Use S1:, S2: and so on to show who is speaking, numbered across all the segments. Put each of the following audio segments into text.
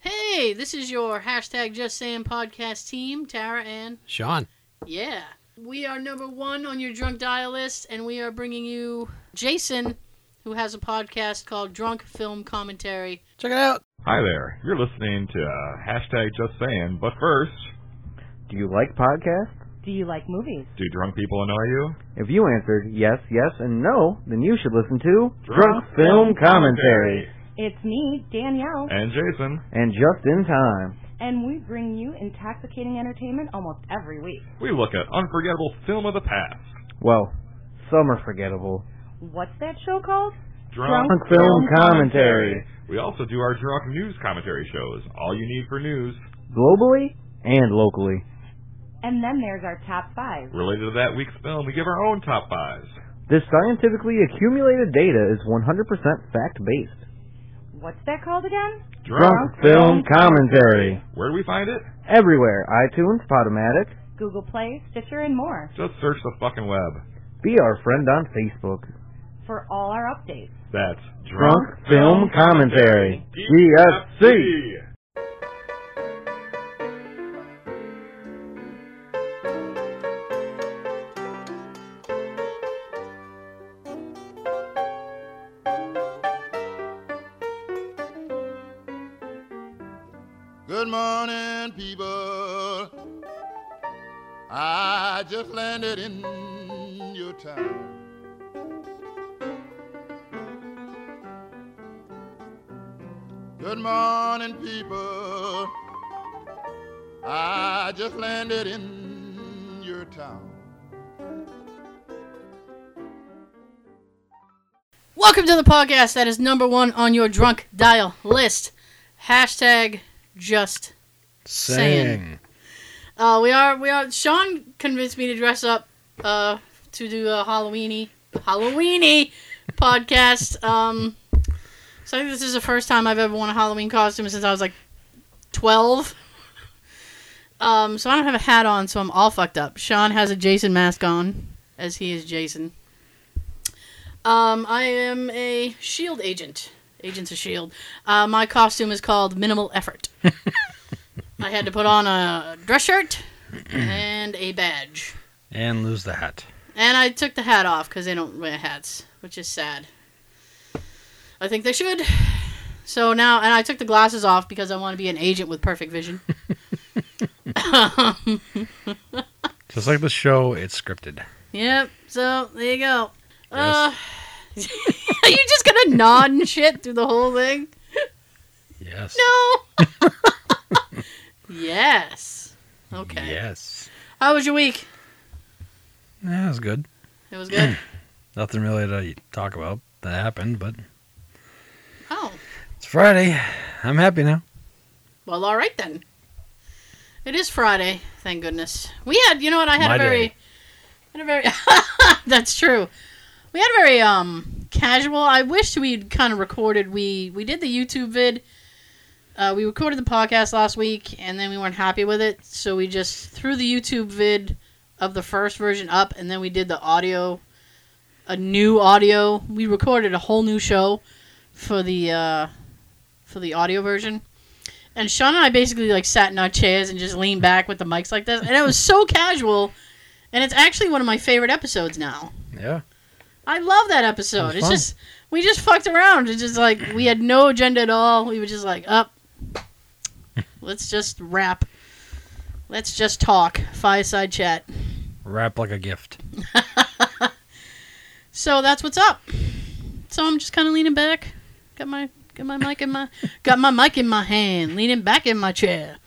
S1: Hey, this is your hashtag Just Saying podcast team, Tara and
S2: Sean.
S1: yeah. We are number one on your drunk dial list, and we are bringing you Jason, who has a podcast called Drunk Film Commentary.
S2: Check it out.
S3: Hi there. You're listening to uh, hashtag Just Saying, but first,
S4: Do you like podcasts?
S5: Do you like movies?
S3: do drunk people annoy you?
S4: If you answered yes, yes, and no, then you should listen to
S5: It's me, Danielle,
S3: And Jason.
S4: And just in time.
S5: and we bring you intoxicating entertainment almost every week.
S3: We look at unforgettable film of the past.
S4: Well, some are forgettable.
S5: What's that show called?
S4: Drunk film commentary.
S3: We also do our drunk news commentary shows. All you need for news
S4: Globally and locally.
S5: And then there's our top five.
S3: related to that week's film. We give our own top fives.
S4: This scientifically accumulated data is 100% fact based.
S5: What's that called again?
S4: film commentary.
S3: Where do we find it?
S4: Everywhere iTunes, Podomatic.
S5: Google Play, Stitcher, and more
S3: Just search the fucking web.
S4: Be our friend on Facebook.
S5: for all our updates.
S3: That's
S4: commentary.
S3: DFC.
S6: Good morning, people. I just landed in your town. Good morning, people. I just landed in your town.
S1: Welcome to the podcast that is number one on your drunk dial list. Hashtag Just Saying. Uh, we are we are. Sean convinced me to dress up uh, to do a Halloweeny Halloweeny podcast. Um, so I think this is the first time I've ever worn a Halloween costume since I was like twelve. Um, so I don't have a hat on, so I'm all fucked up. Sean has a Jason mask on, as he is Jason. Um, I am a Shield E agent. Agents of Shield. Uh, my costume is called Minimal Effort. I had to put on a dress shirt and a badge.
S2: And lose the hat.
S1: And I took the hat off because they don't wear hats, which is sad. I think they should. So now, and I took the glasses off because I want to be an agent with perfect vision.
S2: Just like the show, it's scripted.
S1: Yep. So there you go. Uh, are you just gonna nod and shit through the whole thing?
S2: Yes.
S1: No. yes. Okay.
S2: Yes.
S1: How was your week?
S2: Yeah, it was good.
S1: It was good.
S2: Nothing really to talk about that happened, but
S1: oh.
S2: it's Friday. I'm happy now.
S1: Well, all right then. It is Friday, thank goodness. We had, you know what? I had
S2: My
S1: a very,
S2: day.
S1: had a very. that's true. We had a very um casual. I wish we'd kind of recorded. We we did the YouTube vid. Uh, we recorded the podcast last week, and then we weren't happy with it, so we just threw the YouTube vid of the first version up, and then we did the audio, a new audio. We recorded a whole new show for the uh, for the audio version. And Sean and I basically like sat in our chairs and just leaned back with the mics like this, and it was so casual. And it's actually one of my favorite episodes now.
S2: Yeah.
S1: I love that episode.
S2: It was
S1: It's
S2: fun.
S1: just we just fucked around. It's just like we had no agenda at all. We were just like, up, let's just rap, let's just talk, fireside chat.
S2: Wrap like a gift.
S1: So that's what's up. So I'm just kind of leaning back, got my got my mic in my got my mic in my hand, leaning back in my chair.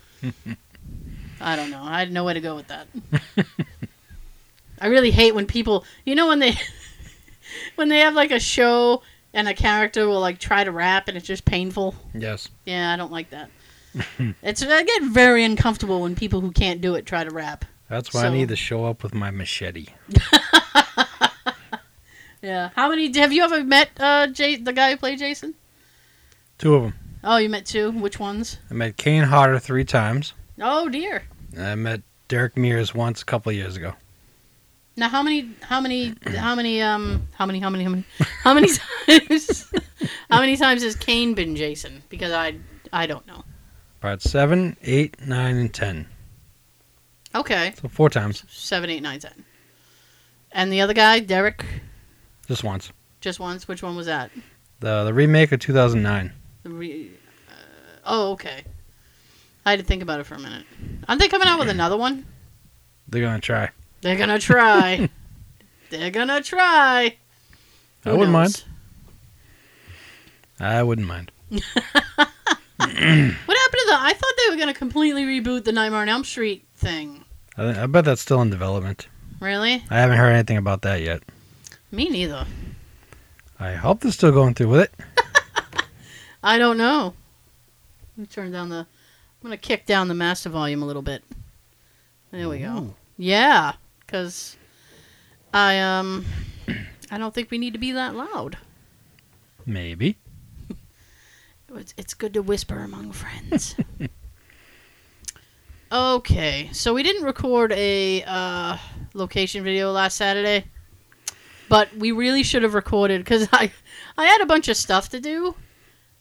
S1: I don't know. I had nowhere to go with that. I really hate when people, you know, when they when they have like a show and a character will like try to rap and it's just painful.
S2: Yes.
S1: Yeah, I don't like that. it's I get very uncomfortable when people who can't do it try to rap.
S2: That's why
S1: So-
S2: I need to show up with my machete.
S1: Yeah. How many have you ever met uh J- the guy who played Jason?
S2: Two of them.
S1: Oh, you met two. Which ones?
S2: I met Kane Hodder three times.
S1: Oh dear.
S2: and I met Derek Mears once a couple of years ago.
S1: Now how many how many how many um how many how many how many how many times how many times has Kane been Jason? Because I I don't know.
S7: part seven, eight, nine, and ten.
S1: Okay.
S7: So four times,
S1: Seven, eight, nine, ten. And the other guy, Derek,
S7: just once.
S1: just once. Which one was that?
S7: The the remake of 2009.
S1: The re- uh, oh, okay. I had to think about it for a minute. Aren't they coming out with another one?
S7: They're gonna try.
S1: They're gonna try. They're gonna try.
S7: I wouldn't mind. I wouldn't mind.
S1: What happened to the? I thought they were gonna completely reboot the Nightmare on Elm Street thing.
S7: I, th- I bet that's still in development.
S1: Really?
S7: I haven't heard anything about that yet.
S1: Me neither.
S7: I hope they're still going through with it.
S1: I don't know. Let me turn down the. I'm gonna kick down the master volume a little bit. There we go.
S7: Oh.
S1: Yeah, because I um, I don't think we need to be that loud.
S7: Maybe.
S1: It's, it's good to whisper among friends. okay, so we didn't record a uh, location video last Saturday, but we really should have recorded because I I had a bunch of stuff to do.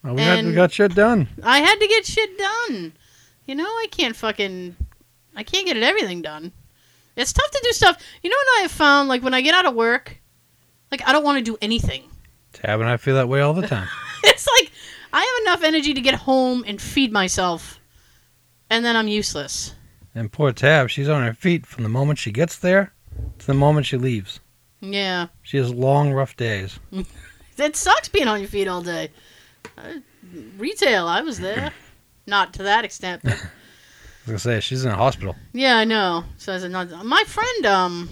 S7: Well, we, got, we
S1: And-
S7: got shit done.
S1: I had to get shit done. You know, I can't fucking. I can't get everything done. It's tough to do stuff. You know what I have found? Like, when I get out of work, like, I don't want to do anything.
S7: Tab and I feel that way all the time.
S1: It's like, I have enough energy to get home and feed myself, and then I'm useless.
S7: and poor Tab, she's on her feet from the moment she gets there to the moment she leaves.
S1: Yeah.
S7: She has long, rough days.
S1: It sucks being on your feet all day. Uh, retail, I was there. Not to that extent, but
S7: I was gonna say she's in a hospital.
S1: Yeah, I know. So as another, my friend, um,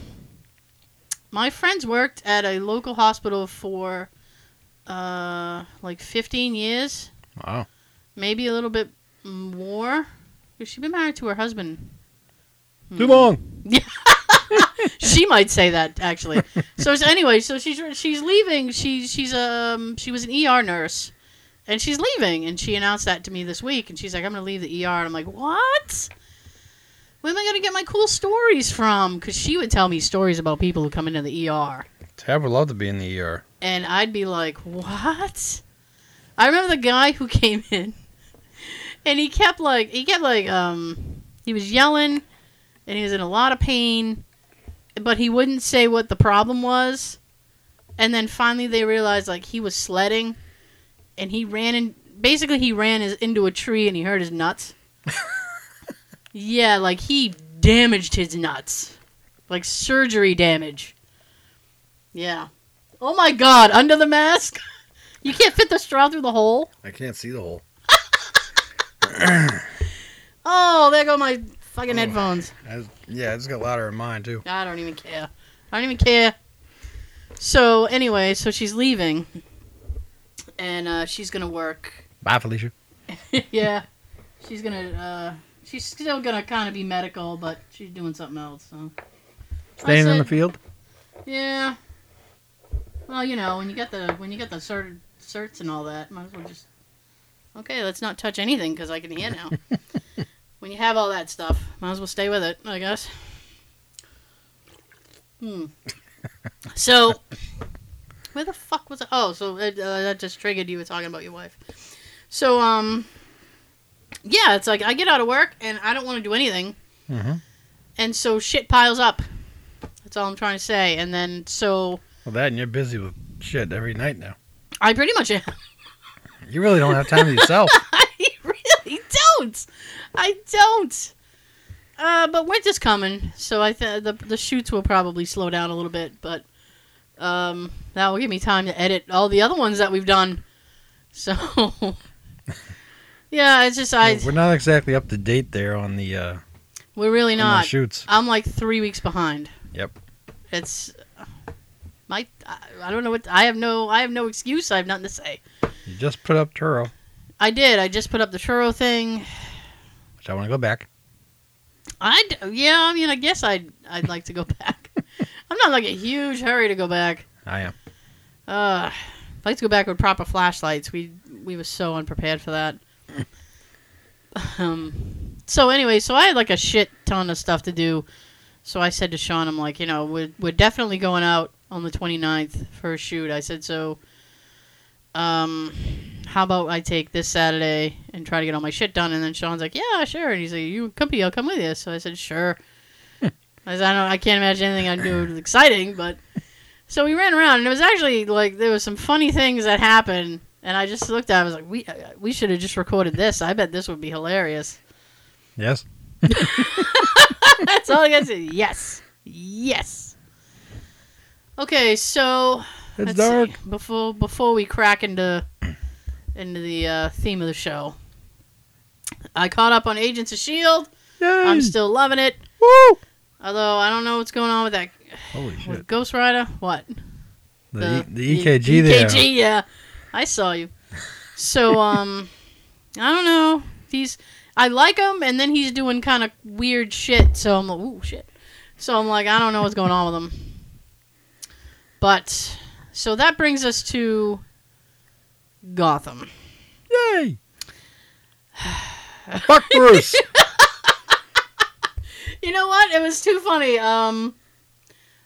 S1: my friends worked at a local hospital for, uh, like fifteen years,
S7: Wow.
S1: maybe a little bit more. She's been married to her husband. Hmm.
S7: Too long.
S1: She might say that actually. so it's- anyway, so she's she's leaving. She she's um she was an ER nurse, and she's leaving. And she announced that to me this week. And she's like, I'm gonna leave the ER. And I'm like, what? Where am I gonna get my cool stories from? Because she would tell me stories about people who come into the ER,
S7: Tab would love to be in the ER.
S1: and I'd be like, what? I remember the guy who came in, and he kept like he kept like um he was yelling, and he was in a lot of pain but he wouldn't say what the problem was. And then finally they realized like he was sledding and he ran in basically he ran his, into a tree and he hurt his nuts. yeah, like he damaged his nuts. Like surgery damage. Yeah. Oh my god, under the mask. you can't fit the straw through the hole.
S7: I can't see the hole.
S1: Oh, there go my fucking headphones.
S7: yeah, it's got louder in mine too.
S1: Oh. I don't even care. I don't even care. So anyway, so she's leaving, and uh, she's gonna work.
S7: Bye, Felicia.
S1: yeah, she's gonna. Uh, she's still gonna kind of be medical, but she's doing something else. So
S7: Staying in the
S1: said-
S7: field.
S1: yeah. Well, you know, when you get the when you get the cert, certs and all that, might as well just. Okay, let's not touch anything because I can hear now. when you have all that stuff, might as well stay with it, I guess. Hmm. So, where the fuck was I? Oh, so uh, that just triggered you were talking about your wife. So, um, yeah, it's like I get out of work and I don't want to do anything,
S7: Mm-hmm.
S1: and so shit piles up. That's all I'm trying to say. And then so
S7: Well, that and you're busy with shit every night now.
S1: I pretty much
S7: You really don't have time to yourself.
S1: I really don't. I don't. Uh, but winter's coming, so I th- the the shoots will probably slow down a little bit, but um, that will give me time to edit all the other ones that we've done. So yeah, it's just I
S7: We're not exactly up to date there on the uh,
S1: we're really
S7: on the
S1: not.
S7: shoots.
S1: I'm like three weeks behind.
S7: Yep.
S1: It's uh, my I I don't know what I have no I have no excuse. I have nothing to say.
S7: You just put up Turo,
S1: I did. I just put up the churro thing.
S7: which I want to go back.
S1: I'd yeah. I mean, I guess I'd I'd like to go back. I'm not like a huge hurry to go back.
S7: I am.
S1: Uh, I'd like to go back with proper flashlights. We we were so unprepared for that. um. So anyway, so I had like a shit ton of stuff to do. So I said to Sean, I'm like, you know, we're we're definitely going out on the 29th for a shoot. I said so. Um, how about I take this Saturday and try to get all my shit done? And then Sean's like, yeah, sure. And he's like, you company, I'll come with you. So I said, sure. I said, I don't, I can't imagine anything I'd do exciting, but so we ran around and it was actually like there was some funny things that happened. And I just looked at, it, I was like, we uh, we should have just recorded this. I bet this would be hilarious.
S2: Yes.
S1: That's all I got to say. Yes, yes. Okay, so
S2: It's
S1: Let's
S2: dark.
S1: see. Before before we crack into into the uh, theme of the show, I caught up on Agents of Shield.
S2: Yay.
S1: E I'm still loving it.
S2: Woo!
S1: Although I don't know what's going on with that
S2: Holy shit.
S1: with Ghost Rider. What E,
S2: The, E the, EKG, there.
S1: EKG, yeah. I saw you. So um, I don't know. He's I like him, and then he's doing kind of weird shit. So I'm like, ooh, shit. So I'm like, I don't know what's going on with him. But so that brings us to Gotham.
S2: Yay! Fuck Bruce!
S1: You know what? It was too funny. Um,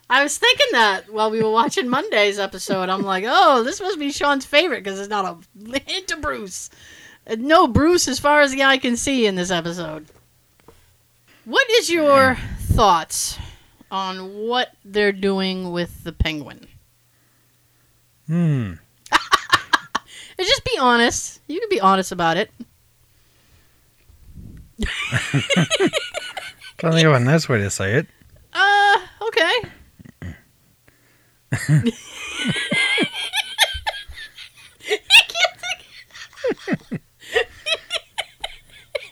S1: I was thinking that while we were watching Monday's episode. I'm like, oh, this must be Sean's favorite because there's not a hint of Bruce. Uh, No Bruce as far as the eye can see in this episode. What is your thoughts on what they're doing with the Penguin?
S2: hmm.
S1: And just be honest. You can be honest about it.
S2: Trying to think of a nice way to say it.
S1: Uh, okay.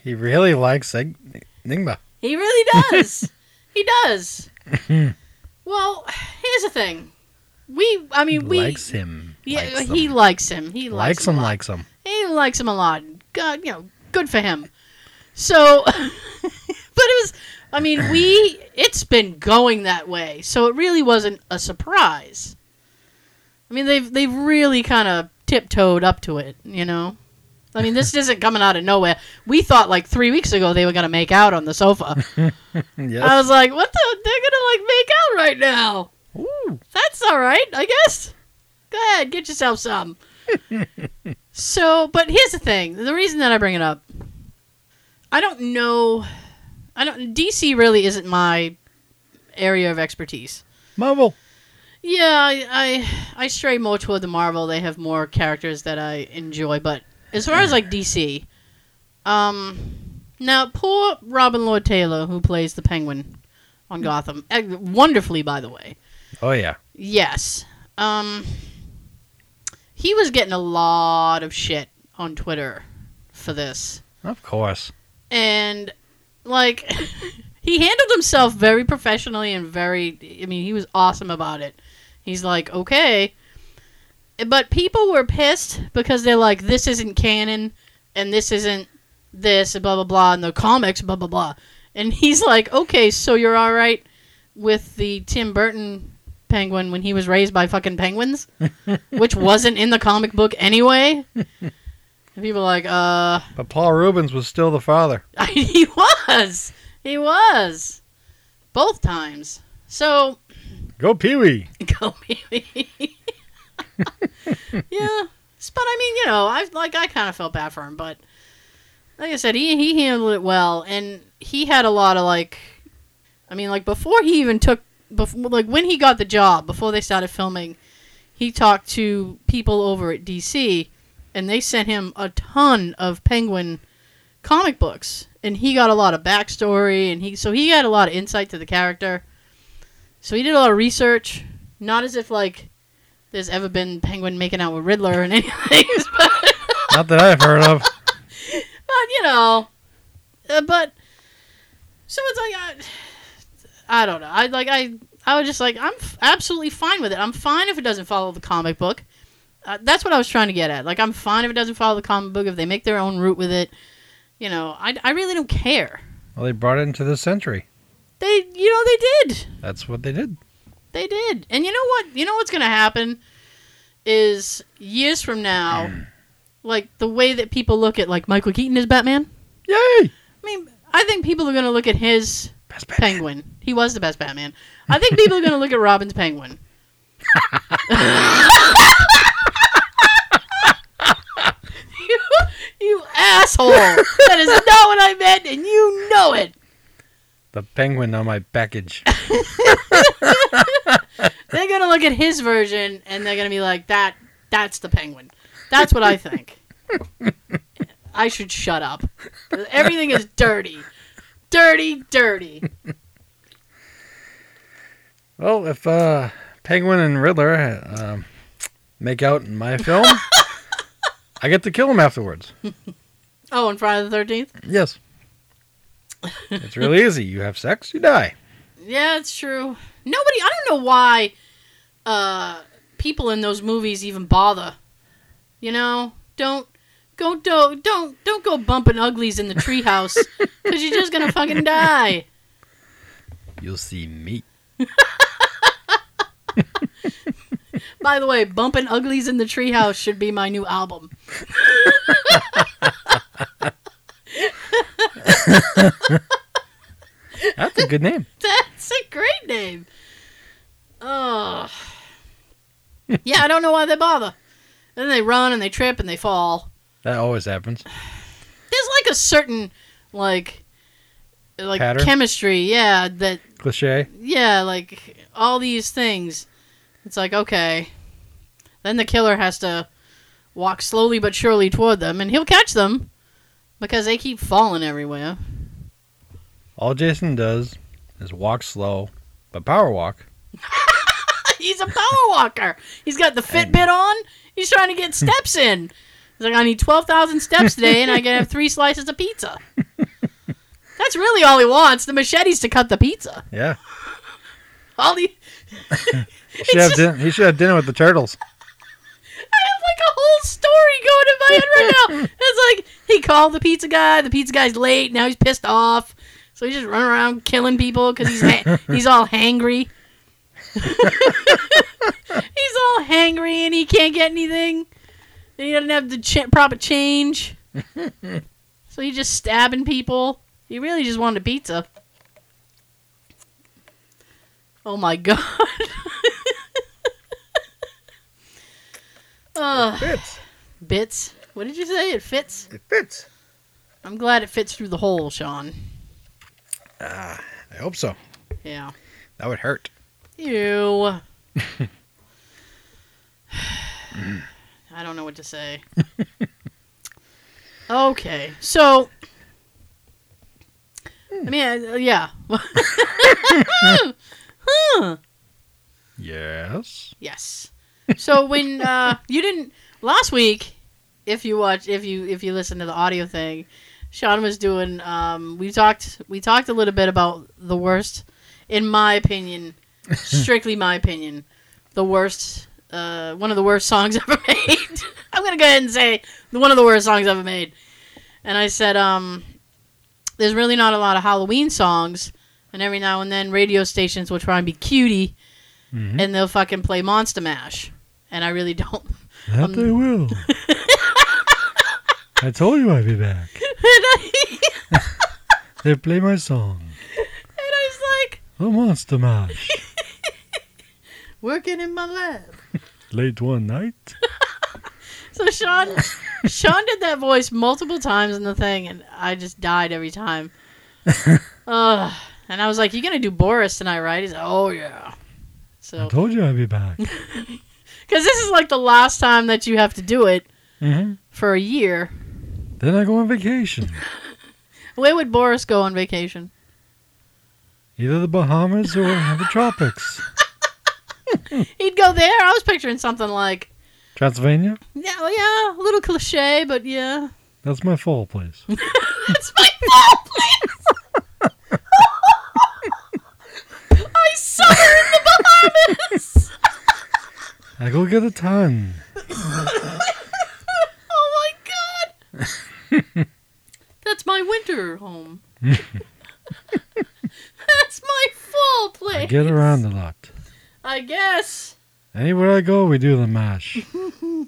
S2: He really likes Ig- Nigma.
S1: He really does. he does. well, here's the thing. We, I mean, we.
S2: likes him.
S1: Yeah,
S2: likes him.
S1: he likes him. He likes,
S2: likes
S1: him.
S2: him,
S1: a lot.
S2: likes him.
S1: He likes him a lot. God, you know, good for him. So, but it was. I mean, we. It's been going that way, so it really wasn't a surprise. I mean, they've they've really kind of tiptoed up to it, you know. I mean, this isn't coming out of nowhere. We thought like three weeks ago they were gonna make out on the sofa.
S2: Yes.
S1: I was like, what the? They're gonna like make out right now.
S2: Ooh.
S1: That's all right, I guess. Go ahead, get yourself some. so, but here's the thing: the reason that I bring it up, I don't know. I don't. DC really isn't my area of expertise.
S2: Marvel.
S1: Yeah, I, I I stray more toward the Marvel. They have more characters that I enjoy, but as far as like DC, um, now poor Robin Lord Taylor who plays the Penguin on Gotham, eh, wonderfully by the way.
S2: Oh, yeah.
S1: Yes, um, he was getting a lot of shit on Twitter for this,
S2: Of course.
S1: and like he handled himself very professionally and very i mean he was awesome about it he's like okay but people were pissed because they're like this isn't canon and this isn't this and blah blah blah and the comics blah blah blah and he's like okay so you're all right with the tim burton penguin when he was raised by fucking penguins which wasn't in the comic book anyway and people are like uh
S2: But Paul Rubens was still the father.
S1: he was. He was. Both times. So
S2: Go Pee Wee.
S1: go Mimi. yeah. S- But I mean, you know, I like I kind of felt bad for him, but like I said, he he handled it well and he had a lot of like I mean, like before he even took before like when he got the job, before they started filming, he talked to people over at DC and they sent him a ton of penguin comic books and he got a lot of backstory and he so he had a lot of insight to the character so he did a lot of research not as if like there's ever been penguin making out with riddler and anything but,
S2: Not that I've heard of.
S1: but you know uh, but so it's like i, I don't know i like i i was just like i'm f- absolutely fine with it i'm fine if it doesn't follow the comic book uh, that's what i was trying to get at like i'm fine if it doesn't follow the comic book if they make their own route with it you know i, I really don't care
S2: Well, they brought it into this century.
S1: they you know they did
S2: That's what they did.
S1: They did. And you know what? You know what's going to happen is years from now, like the way that people look at like Michael Keaton as Batman.
S2: Yay!
S1: I mean, I think people are going to look at his
S2: Best Batman.
S1: Penguin. He was the best Batman. I think people are going to look at Robin's Penguin. You asshole! that is not what I meant, and you know it.
S7: The penguin on my package.
S1: They're gonna look at his version, and they're gonna be like, "That, that's the penguin. That's what I think." I should shut up. Everything is dirty, dirty, dirty.
S7: Well, if uh, Penguin and Riddler uh, make out in my film, I get to kill him afterwards.
S1: Oh, and Friday the Thirteenth.
S7: Yes. It's really easy. You have sex, you die.
S1: Yeah, it's true. Nobody. I don't know why uh, people in those movies even bother. You know, don't go do don't don't go bumping uglies in the treehouse because you're just gonna fucking die.
S7: You'll see me.
S1: By the way, bumping uglies in the treehouse should be my new album.
S7: That's a good name.
S1: That's a great name. Oh. Yeah, I don't know why they bother. Then they run and they trip and they fall.
S7: That always happens.
S1: There's like a certain like like
S7: Pattern?
S1: chemistry, yeah, that
S7: Cliche.
S1: yeah, like all these things. It's like okay, then the killer has to walk slowly but surely toward them, and he'll catch them because they keep falling everywhere.
S7: All Jason does is walk slow, but power walk.
S1: He's a power walker. He's got the Fitbit on. He's trying to get steps in. He's like, I need twelve thousand steps today, and I can have three slices of pizza. That's really all he wants. The machete's to cut the pizza.
S7: Yeah.
S1: All he
S7: He should, have,
S1: just-
S7: din- he should have dinner with the turtles.
S1: I have like a whole story going in my head right now. It's like he called the pizza guy. The pizza guy's late. Now he's pissed off. So he's just running around killing people because he's ha- he's all hangry. he's all hangry and he can't get anything. And he doesn't have the ch- proper change. so he's just stabbing people. He really just wanted a pizza. Oh my god. Ugh.
S7: Fits.
S1: Bits. What did you say? It fits.
S7: It fits.
S1: I'm glad it fits through the hole, Sean.
S7: Ah, I hope so.
S1: Yeah.
S7: That would hurt.
S1: Ew. I don't know what to say. okay, so. I mean, uh, yeah. huh.
S7: Yes.
S1: Yes. So when uh, you didn't last week, if you watch, if you if you listen to the audio thing, Sean was doing. Um, we talked we talked a little bit about the worst, in my opinion, strictly my opinion, the worst. Uh, one of the worst songs ever made. I'm gonna go ahead and say one of the worst songs ever made. And I said, um, there's really not a lot of Halloween songs, and every now and then radio stations will try and be cutie
S7: Mhm.
S1: and they'll fucking play Monster Mash. And I really don't.
S7: That
S1: Um, they
S7: will. I told you I'd be back.
S1: and, I,
S7: They play my song.
S1: and I was like,
S7: The Monster Mash.
S1: working in my lab.
S7: Late one night.
S1: So Sean, Sean did that voice multiple times in the thing, and I just died every time. Ugh. And I was like, "You're gonna do Boris tonight, right?" He's like, "Oh yeah." So,
S7: told you I'd be back.
S1: because this is like the last time that you have to do it
S7: hmm
S1: for a year.
S7: Then I go on vacation.
S1: Where would Boris go on vacation?
S7: Either the Bahamas or the tropics.
S1: He'd go there. I was picturing something like,
S7: Transylvania?
S1: yeah, well, yeah, a little cliche, but yeah.
S7: That's my fall place.
S1: It's my fault, please. I suffer in the Bahamas.
S7: I go get a ton.
S1: oh my god. That's my winter home. That's my fall place.
S7: I get around a lot.
S1: I guess.
S7: Anywhere I go, we do the mash.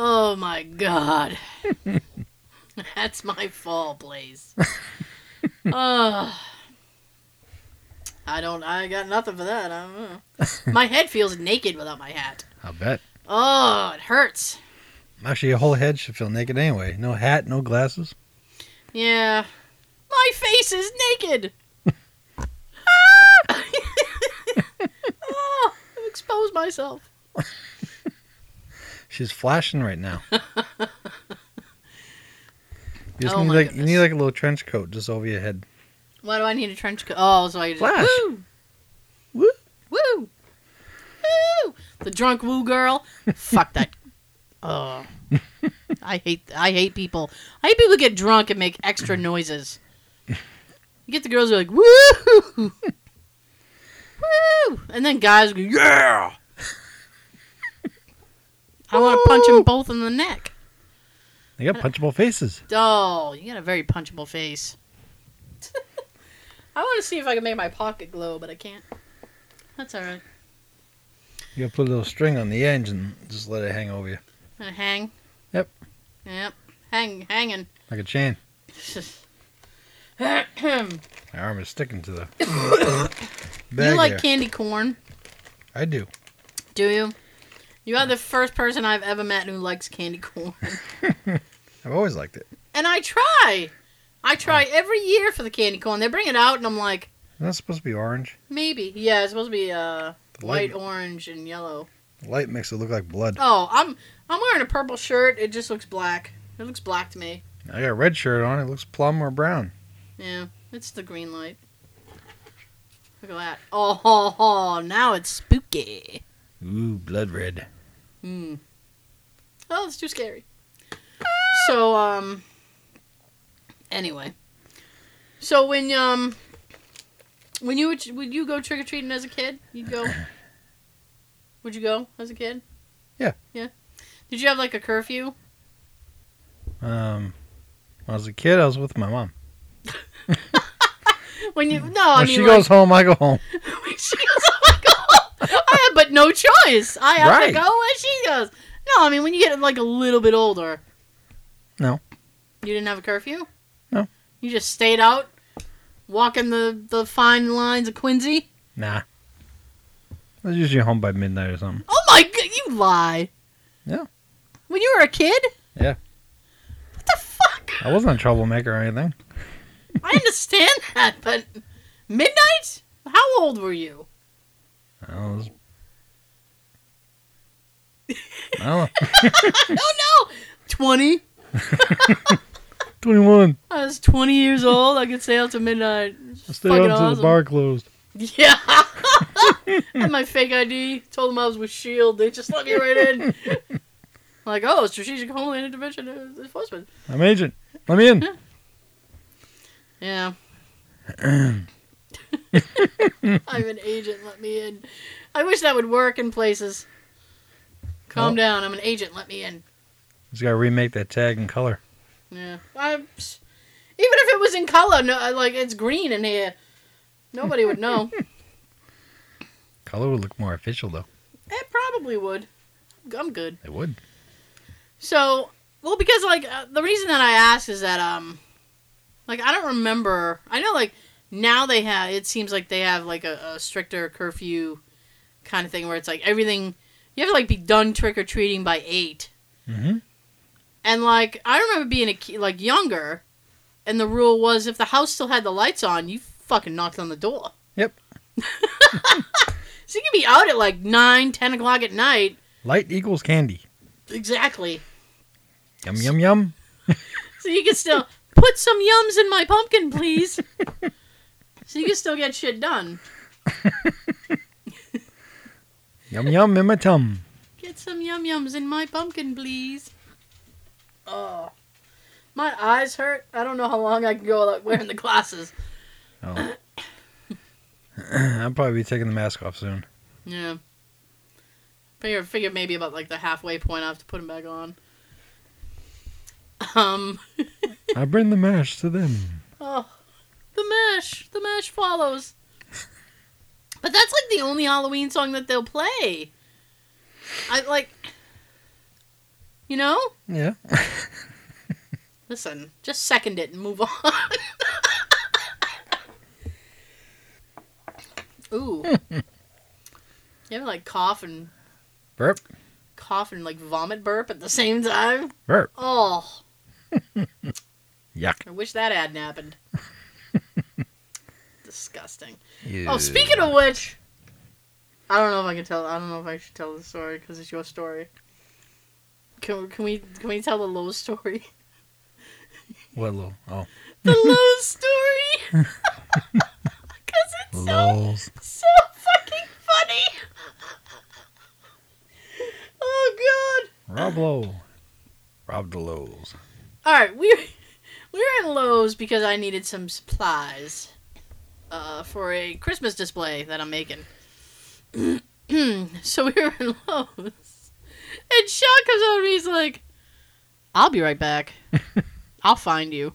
S1: Oh my god. That's my fall place. Ugh. I don't. I got nothing for that. I don't know. My head feels naked without my hat.
S7: I bet.
S1: Oh, it hurts.
S7: Actually, your whole head should feel naked anyway. No hat, no glasses.
S1: Yeah. My face is naked. Ah! oh, I've exposed myself.
S7: She's flashing right now. you just
S1: Oh
S7: need
S1: my
S7: like you
S1: goodness.
S7: need like a little trench coat just over your head.
S1: Why do I need a trench coat? Oh, so I just
S7: Flash.
S1: woo,
S7: Woo.
S1: woo, woo. The drunk woo girl. Fuck that. Oh, I hate I hate people. I hate people who get drunk and make extra noises. You get the girls who are like woo, woo, and then guys go yeah. I want to punch them both in the neck.
S7: They got punchable faces.
S1: Oh, you got a very punchable face. I want to see if I can make my pocket glow, but I can't. That's all right.
S7: You gotta put a little string on the edge and just let it hang over you
S1: I'm gonna hang.
S7: Yep.
S1: Yep. Hang, hanging.
S7: like a chain.
S1: you
S7: My arm is sticking to the bag.
S1: like
S7: there.
S1: candy corn,
S7: I do.
S1: do you? You are the first person I've ever met who likes candy corn.
S7: I've always liked it.
S1: and I try. I try
S7: Oh.
S1: every year for the candy corn. They bring it out, and I'm like,
S7: Isn't that supposed to be orange?
S1: maybe. Yeah, it's supposed to be uh,
S7: The
S1: white,
S7: light,
S1: orange, and yellow.
S7: light makes it look like blood.
S1: Oh, I'm I'm wearing a purple shirt. It just looks black. It looks black to me.
S7: I got a red shirt on. It looks plum or brown.
S1: Yeah, it's the green light. Look at that. Oh, ho, ho, now it's spooky.
S7: Ooh, blood red.
S1: Hmm. Oh, it's too scary. So, um. Anyway. So when um. When you would, would you go trick or treating as a kid? You'd go. Would you go as a kid?
S7: Yeah.
S1: Yeah. Did you have like a curfew?
S7: Um, when I was a kid, I was with my mom.
S1: When you no, Oh, I
S7: when
S1: mean
S7: she
S1: like-
S7: goes home, I go home.
S1: When she goes, oh my God. I have but no choice. I have to
S7: Right.
S1: go where she goes. No, I mean when you get like a little bit older.
S7: No.
S1: You didn't have a curfew?
S7: No.
S1: You just stayed out walking the, the fine lines of Quincy?
S7: Nah. I was usually home by midnight or something.
S1: Oh my god, you lie.
S7: Yeah.
S1: When you were a kid?
S7: Yeah.
S1: What the fuck?
S7: I wasn't a troublemaker or anything.
S1: I understand that, but midnight? How old were you?
S7: I was. I don't know.
S1: I don't know. 20?
S7: 21.
S1: I was 20 years old. I could stay out till midnight.
S7: I stayed
S1: Fucking
S7: up until
S1: awesome.
S7: the bar closed.
S1: Yeah. Had my fake ID. Told them I was with Shield. They just let me right in. like, oh, strategic homeland intervention uh, enforcement.
S7: I'm agent. Let me in.
S1: Yeah. I'm an agent. Let me in. I wish that would work in places. Calm
S7: Oh.
S1: down. I'm an agent. Let me in.
S7: Just gotta remake that tag in color.
S1: Yeah. I, even if it was in color, no, like it's green in here, nobody would know.
S7: Color would look more official though.
S1: it probably would. I'm good.
S7: It would.
S1: So, well, because like uh, the reason that I asked is that um, like I don't remember. I know like now they have. It seems like they have like a, a stricter curfew kind of thing where it's like everything you have to like be done trick or treating by eight.
S7: Mm-hmm.
S1: And like I remember being a ki- like younger, and the rule was if the house still had the lights on, you fucking knocked on the door.
S7: Yep.
S1: So you can be out at like nine, ten o'clock at night.
S7: Light equals candy.
S1: Exactly.
S7: Yum yum yum.
S1: So you can still put some yums in my pumpkin, please. so you can still get shit done.
S7: Yum yum in my tum.
S1: Get some yum yums in my pumpkin, please. Oh. My eyes hurt. I don't know how long I can go without wearing the glasses.
S7: Oh. I'll probably be taking the mask off soon.
S1: Yeah. Figure, figure maybe about like the halfway point I have to put them back on. Um.
S7: I bring the mask to them.
S1: Oh, the mesh, the mesh follows. But that's like the only Halloween song that they'll play. I like, you know.
S7: Yeah.
S1: Listen, just second it and move on. Ooh, you ever like cough and
S7: Burp.
S1: cough and like vomit burp at the same time.
S2: Burp.
S1: Oh,
S2: Yuck.
S1: I wish that hadn't happened. Disgusting.
S2: Ew.
S1: Oh, speaking of which, I don't know if I can tell. I don't know if I should tell the story because it's your story. Can, can we can we tell the low story?
S2: What low? Oh.
S1: The low story. Because it's so
S2: Lols.
S1: so fucking funny. oh god.
S2: Rob Low. Rob the Lows.
S1: All right, we we were in Lowe's because I needed some supplies uh, for a Christmas display that I'm making. so we were in Lowe's, and Sean comes over and he's like, "I'll be right back. I'll find you,"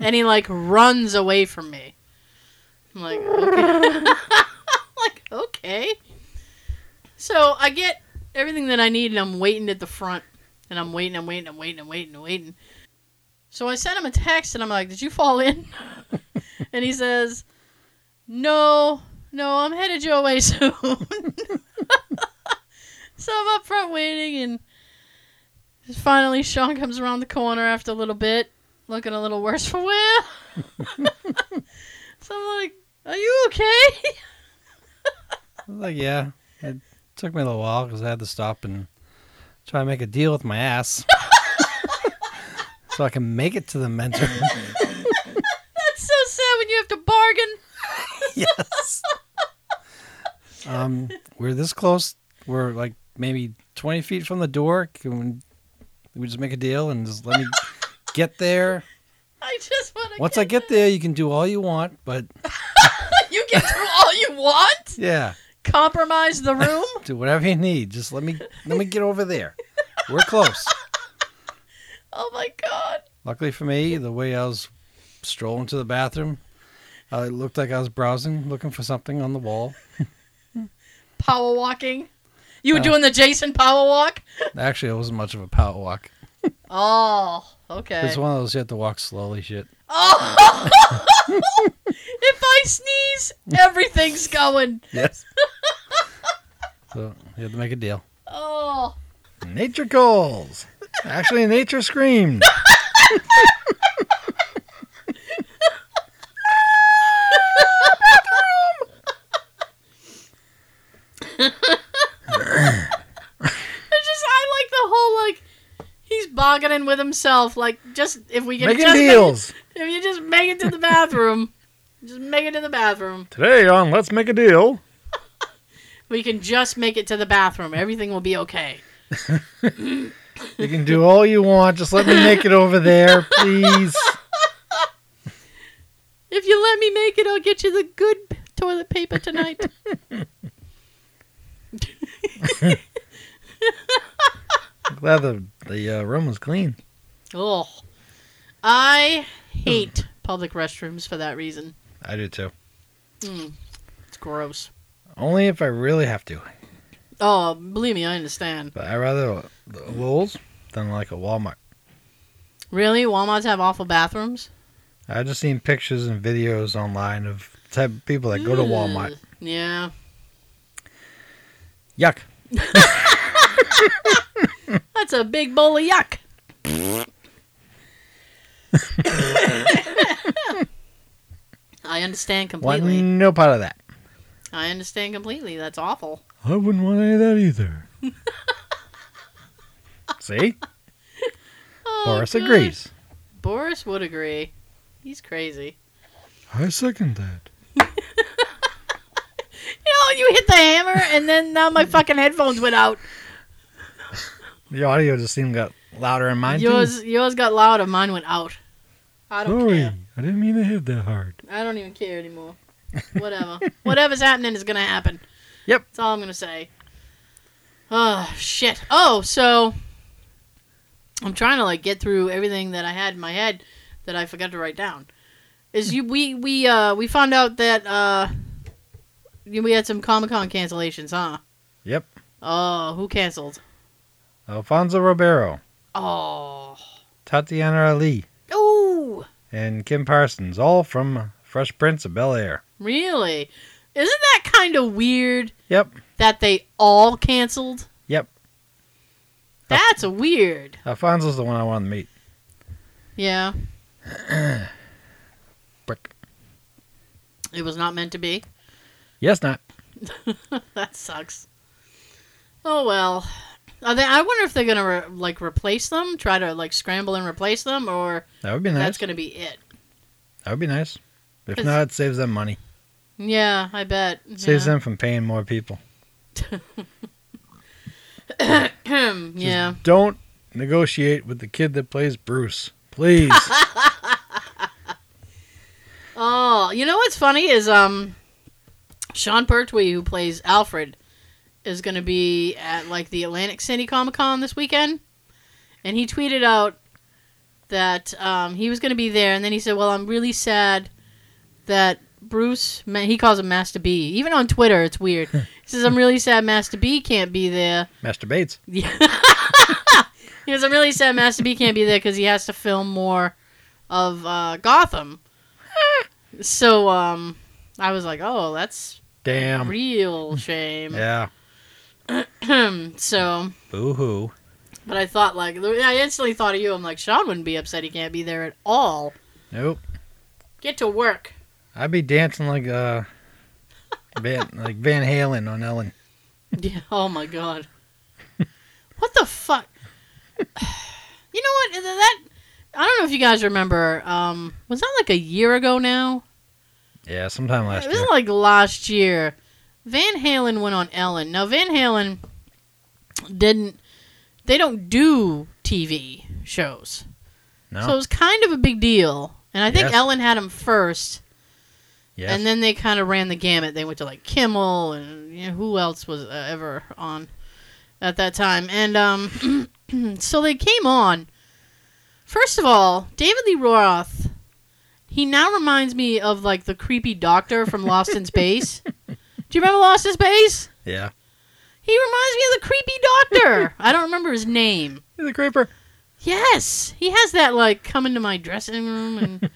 S1: and he like runs away from me. I'm like, okay. like okay. So I get everything that I need, and I'm waiting at the front, and I'm waiting, I'm waiting, I'm waiting, I'm waiting, I'm waiting. So I sent him a text and I'm like, Did you fall in? and he says, No, no, I'm headed your way soon. so I'm up front waiting and finally Sean comes around the corner after a little bit, looking a little worse for wear. so I'm like, Are you okay?
S7: I was like, yeah. It took me a little while because I had to stop and try to make a deal with my ass so I can make it to the mentor.
S1: That's so sad when you have to bargain.
S7: yes. Um, we're this close. We're like maybe 20 feet from the door. Can we, we just make a deal and just let me get there?
S1: I just want to
S7: Once I get there, you can do all you want, but
S1: You can do all you want.
S7: yeah,
S1: Compromise the room.
S7: do whatever you need. Just let me let me get over there. We're close.
S1: Oh my god.
S7: Luckily for me, the way I was strolling to the bathroom, I looked like I was browsing, looking for something on the wall.
S1: power walking. You were
S2: Uh.
S1: doing the Jason power walk?
S7: Actually, it wasn't much of a power walk.
S1: Oh, okay.
S7: It's one of those you have to walk slowly shit.
S1: Oh! if I sneeze, everything's going.
S7: Yes. so you have to make a deal.
S1: Oh,
S2: Nature calls. Actually, nature screamed.
S1: it's just I like the whole like he's bargaining with himself. Like just if we can
S2: Making
S1: just make it-
S2: deals.
S1: if you just make it to the bathroom, just make it to the bathroom.
S2: Today on Let's Make a Deal.
S1: We can just make it to the bathroom. Everything will be okay.
S2: You can do all you want. Just let me make it over there, please.
S1: If you let me make it, I'll get you the good p- toilet paper tonight.
S2: Glad the, the uh, room was clean.
S1: Oh, I hate public restrooms for that reason.
S2: I do too.
S1: Hmm. It's gross.
S2: Only if I really have to.
S1: Oh, believe me, I understand.
S2: But I rather the Lowell's than like a Walmart.
S1: Really, Walmart's have awful bathrooms.
S2: I just seen pictures and videos online of the type of people that go to
S1: Mm.
S2: Walmart.
S1: Yeah,
S2: Yuck.
S1: that's a big bowl of yuck. I understand
S2: Want
S1: completely.
S2: no part of that.
S1: I understand completely. That's awful.
S2: I wouldn't want any of that either. See?
S1: Oh,
S2: Boris
S1: God.
S2: agrees.
S1: Boris would agree. He's crazy.
S2: I second that.
S1: You know, you hit the hammer, and then now my fucking headphones went out.
S2: The audio just seemed got louder in mine.
S1: Yours, yours got louder. Mine went out. I don't care.
S2: I didn't mean to hit that hard.
S1: I don't even care anymore. Whatever. Whatever's happening is gonna happen.
S2: Yep.
S1: That's all I'm gonna say. Oh shit. Oh, so I'm trying to like get through everything that I had in my head that I forgot to write down. Is you we we uh we found out that uh you- we had some Comic Con cancellations, huh?
S2: Yep.
S1: Oh, who canceled?
S2: Alfonso Ribeiro,
S1: Oh.
S2: Tatiana Ali,
S1: Ooh.
S2: and Kim Parsons, all from Fresh Prince of Bel Air.
S1: Really? Isn't that kind of weird
S2: Yep.
S1: that they all canceled?
S2: Yep.
S1: That's a weird.
S2: Alfonso's the one I want to meet.
S1: Yeah.
S2: Brick.
S1: It was not meant to be.
S2: Yes, not.
S1: that sucks. Oh well. Are they, I wonder if they're gonna re, like replace them, try to like scramble and replace them, or
S2: That would be nice.
S1: that's gonna be it.
S2: That would be nice. If
S1: 'Cause-
S2: not, it saves them money.
S1: Yeah, I bet.
S2: Saves
S1: yeah.
S2: them from paying more people. Just
S1: yeah.
S2: Don't negotiate with the kid that plays Bruce. Please.
S1: Oh, you know what's funny is um, Sean Pertwee, who plays Alfred, is gonna be at like the Atlantic City Comic Con this weekend, and he tweeted out that um, he was gonna be there, and then he said, "Well, I'm really sad that." Bruce, Ma- he calls him Master B. Even on Twitter, it's weird. He says, "I'm really sad Master B can't be there."
S2: Master Bates.
S1: Yeah. he goes, I'm really sad Master B can't be there because he has to film more of uh, Gotham. so um, I was like, oh, that's
S2: Damn.
S1: real shame.
S2: Yeah.
S1: so,
S2: Boo hoo.
S1: but I thought, like, I instantly thought of you. I'm like, Sean wouldn't be upset he can't be there at all.
S2: Nope.
S1: Get to work.
S2: I'd be dancing like uh Van like Van Halen on Ellen.
S1: Yeah. Oh my god. What the fuck? you know what? That I don't know if you guys remember. Um, was that like a year ago now?
S2: Yeah, sometime last
S1: it was
S2: year.
S1: like last year. Van Halen went on Ellen. Now Van Halen didn't. They don't do TV shows,
S2: No.
S1: so it was kind of a big deal. And I think
S2: Yes.
S1: Ellen had them first,
S2: yes.
S1: and then they kind of ran the gamut. They went to like Kimmel and you know, who else was uh, ever on at that time. And um, so they came on. First of all, David Lee Roth, he now reminds me of like the creepy doctor from Lost in Space. Do you remember Lost in Space?
S2: yeah.
S1: He reminds me of the creepy doctor. I don't remember his name.
S2: He's a creeper.
S1: Yes, he has that like come into my dressing room and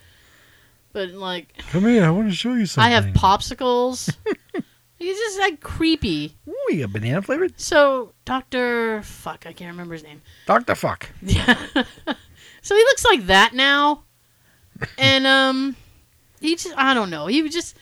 S1: but like
S2: Come here, I want to show you something.
S1: I have popsicles. He's just like creepy.
S2: Ooh, you got banana flavored?
S1: So Doctor Fuck, I can't remember his name.
S2: Doctor Fuck.
S1: Yeah. so he looks like that now, and um, he just I don't know. He was just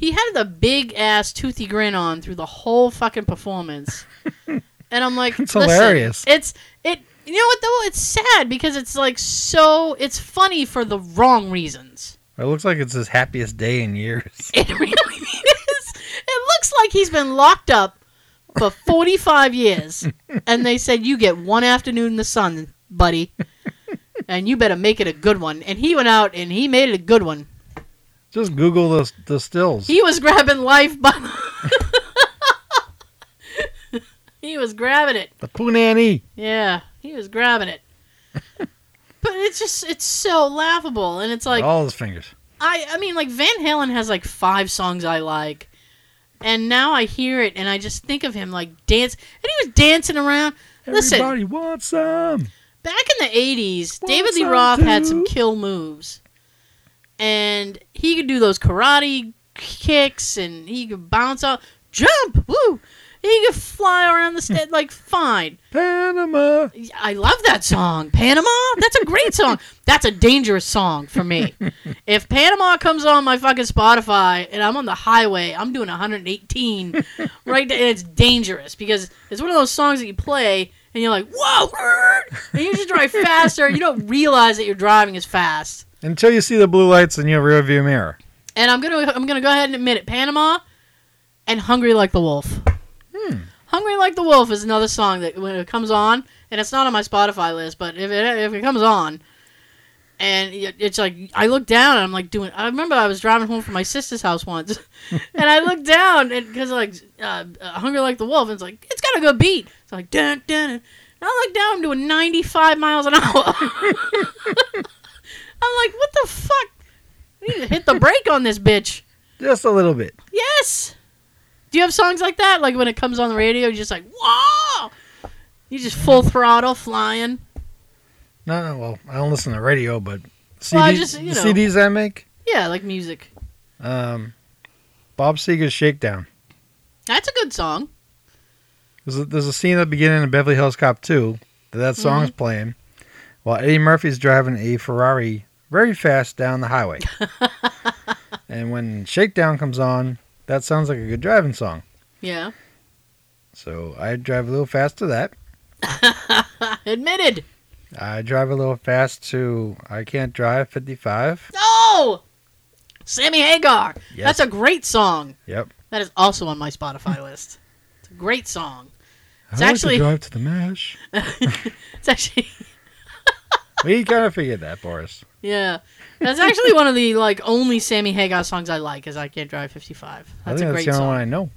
S1: he had the big ass toothy grin on through the whole fucking performance, and I'm like,
S2: It's
S1: "Listen,
S2: hilarious."
S1: It's it. You know what though? It's sad because it's like so. It's funny for the wrong reasons.
S2: It looks like it's his happiest day in years.
S1: It really is. It looks like he's been locked up for 45 years. And they said, You get one afternoon in the sun, buddy. And you better make it a good one. And he went out and he made it a good one.
S2: Just Google the the stills.
S1: He was grabbing life by. he was grabbing it.
S2: the punani.
S1: Yeah, he was grabbing it. But it's just, it's so laughable. And it's like.
S2: all his fingers.
S1: I I mean like Van Halen has like five songs I like. And now I hear it and I just think of him like dance and he was dancing around. Listen,
S2: Everybody wants some.
S1: back in the 80s, David Lee
S2: song
S1: Roth had some
S2: too.
S1: kill moves. And he could do those karate kicks and he could bounce off, jump, woo. He could fly around the stage like fine.
S2: Panama.
S1: I love that song, Panama. That's a great song. That's a dangerous song for me. If Panama comes on my fucking Spotify and I'm on the highway, I'm doing 118 right there. And it's dangerous because it's one of those songs that you play and you're like, whoa, and you just drive faster. and You don't realize that you're driving as fast.
S2: Until you see the blue lights in your rearview mirror.
S1: And I'm gonna I'm gonna go ahead and admit it, Panama, and Hungry Like the Wolf.
S2: Hmm.
S1: Hungry Like the Wolf is another song that when it comes on, and it's not on my Spotify list, but if it if it comes on, and it- it's like I look down and I'm like doing. I remember I was driving home from my sister's house once, and I looked down and because like uh, uh, Hungry Like the Wolf, and it's like it's got a good beat. It's like dun dun. dun. And I look down, I'm doing 95 miles an hour. I'm like, what the fuck? We need to hit the brake on this bitch.
S2: Just a little bit.
S1: Yes. Do you have songs like that? Like when it comes on the radio, you're just like, whoa! You just full throttle flying.
S2: No, no, well, I don't listen to radio, but CDs,
S1: Well, I just, you
S2: the
S1: know.
S2: CDs I make.
S1: Yeah, like music.
S2: Um, Bob Seger's Shakedown.
S1: That's a good song.
S2: There's a, there's a scene at the beginning of Beverly Hills Cop 2
S7: that that
S1: Mm-hmm.
S7: song's playing while Eddie Murphy's driving a Ferrari very fast down the highway. and when Shakedown comes on, that sounds like a good driving song.
S1: Yeah.
S7: So I drive a little fast to that.
S1: Admitted.
S7: I drive a little fast to I Can't Drive 55.
S1: Oh! Sammy Hagar.
S7: Yes.
S1: That's a great song.
S7: Yep.
S1: That is also on my Spotify list. It's a great song. It's
S7: I like
S1: actually-
S7: to drive to the mash.
S1: It's actually
S7: We kind of figured that, Boris.
S1: yeah. That's actually one of the like only Sammy Hagar songs I like is I Can't Drive 55.
S7: I
S1: That's
S7: think
S1: a great
S7: that's the only
S1: song.
S7: one I know.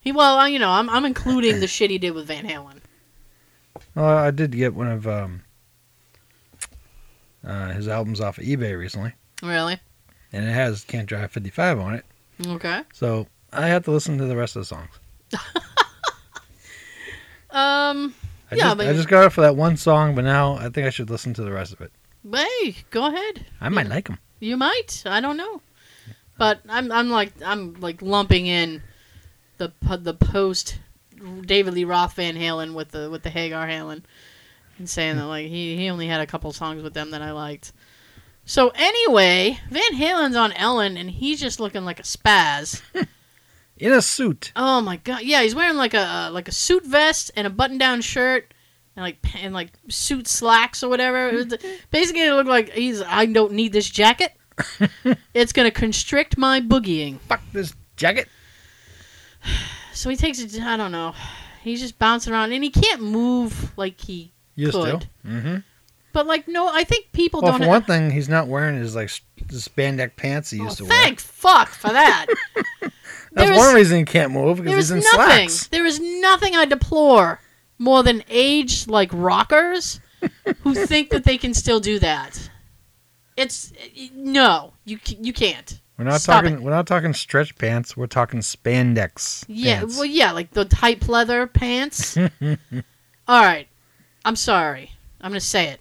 S1: He well, I, you know, I'm I'm including the shit he did with Van Halen.
S7: Well, I did get one of um, uh, his albums off of eBay recently,
S1: Really?
S7: and it has "Can't Drive 55" on it.
S1: Okay.
S7: So I have to listen to the rest of the songs.
S1: Um.
S7: I,
S1: Yeah,
S7: just,
S1: but-
S7: I just got it for that one song, but now I think I should listen to the rest of it.
S1: Hey, go ahead.
S7: I might like them.
S1: You might. I don't know. But I'm I'm like I'm like lumping in the po- the post David Lee Roth Van Halen with the with the Hagar Halen and saying that like he he only had a couple songs with them that I liked. So anyway, Van Halen's on Ellen and he's just looking like a spaz.
S7: In a suit.
S1: Oh my god. Yeah, he's wearing like a uh, like a suit vest and a button-down shirt and like pa- and like suit slacks or whatever. It was- Basically, it looked like he's I don't need this jacket. it's going to constrict my boogieing.
S7: Fuck this jacket.
S1: So he takes it I don't know. He's just bouncing around and he can't move like he
S7: You
S1: Could.
S7: still? Mm-hmm.
S1: But like no, I think people
S7: Well,
S1: don't
S7: for one thing, he's not wearing his like s- spandex pants he
S1: Oh,
S7: used to wear.
S1: thank fuck for that.
S7: That's
S1: There
S7: one
S1: is-
S7: reason he can't move because
S1: There
S7: he's
S1: is
S7: in
S1: nothing.
S7: slacks.
S1: There is nothing I deplore more than aged like rockers who think that they can still do that. It's no, you c- you can't.
S7: We're not
S1: Stop
S7: talking.
S1: it.
S7: We're not talking stretch pants. We're talking spandex.
S1: Yeah,
S7: pants.
S1: well, yeah, like the tight leather pants. All right, I'm sorry. I'm gonna say it.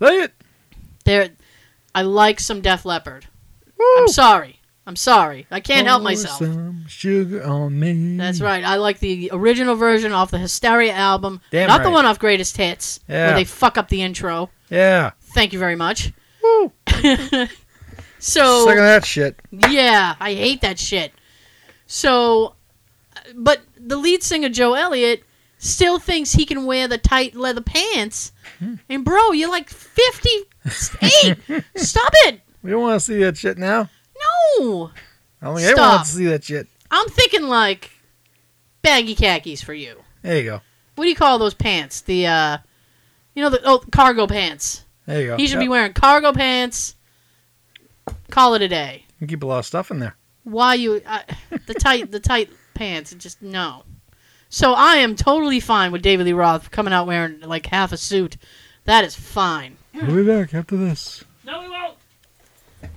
S7: Say it.
S1: There, I like some Def Leppard.
S7: Woo!
S1: I'm sorry. I'm sorry. I can't help
S7: Pour
S1: myself.
S7: Some sugar on Oh, me.
S1: That's right. I like the original version off the Hysteria album,
S7: Damn
S1: not the
S7: right.
S1: one off Greatest Hits
S7: Yeah.
S1: where they fuck up the intro.
S7: Yeah.
S1: Thank you very much.
S7: Woo.
S1: So
S7: Sick of that shit.
S1: yeah, I hate that shit. So, but the lead singer Joe Elliott still thinks he can wear the tight leather pants.
S7: Hmm.
S1: And bro, you're like fifty-eight. Stop it!
S7: We don't want to see that shit now.
S1: No,
S7: I don't think anyone
S1: Stop.
S7: wants to see that shit.
S1: I'm thinking like baggy khakis for you.
S7: There you go.
S1: What do you call those pants? The uh, you know the oh cargo pants.
S7: There you go.
S1: He should be
S7: Oh, Yep.
S1: wearing cargo pants. Call it a day.
S7: You keep a lot of stuff in there.
S1: why you I the tight the tight pants it just no so i am totally fine with david lee roth coming out wearing like half a suit that is fine
S7: We'll be back after this.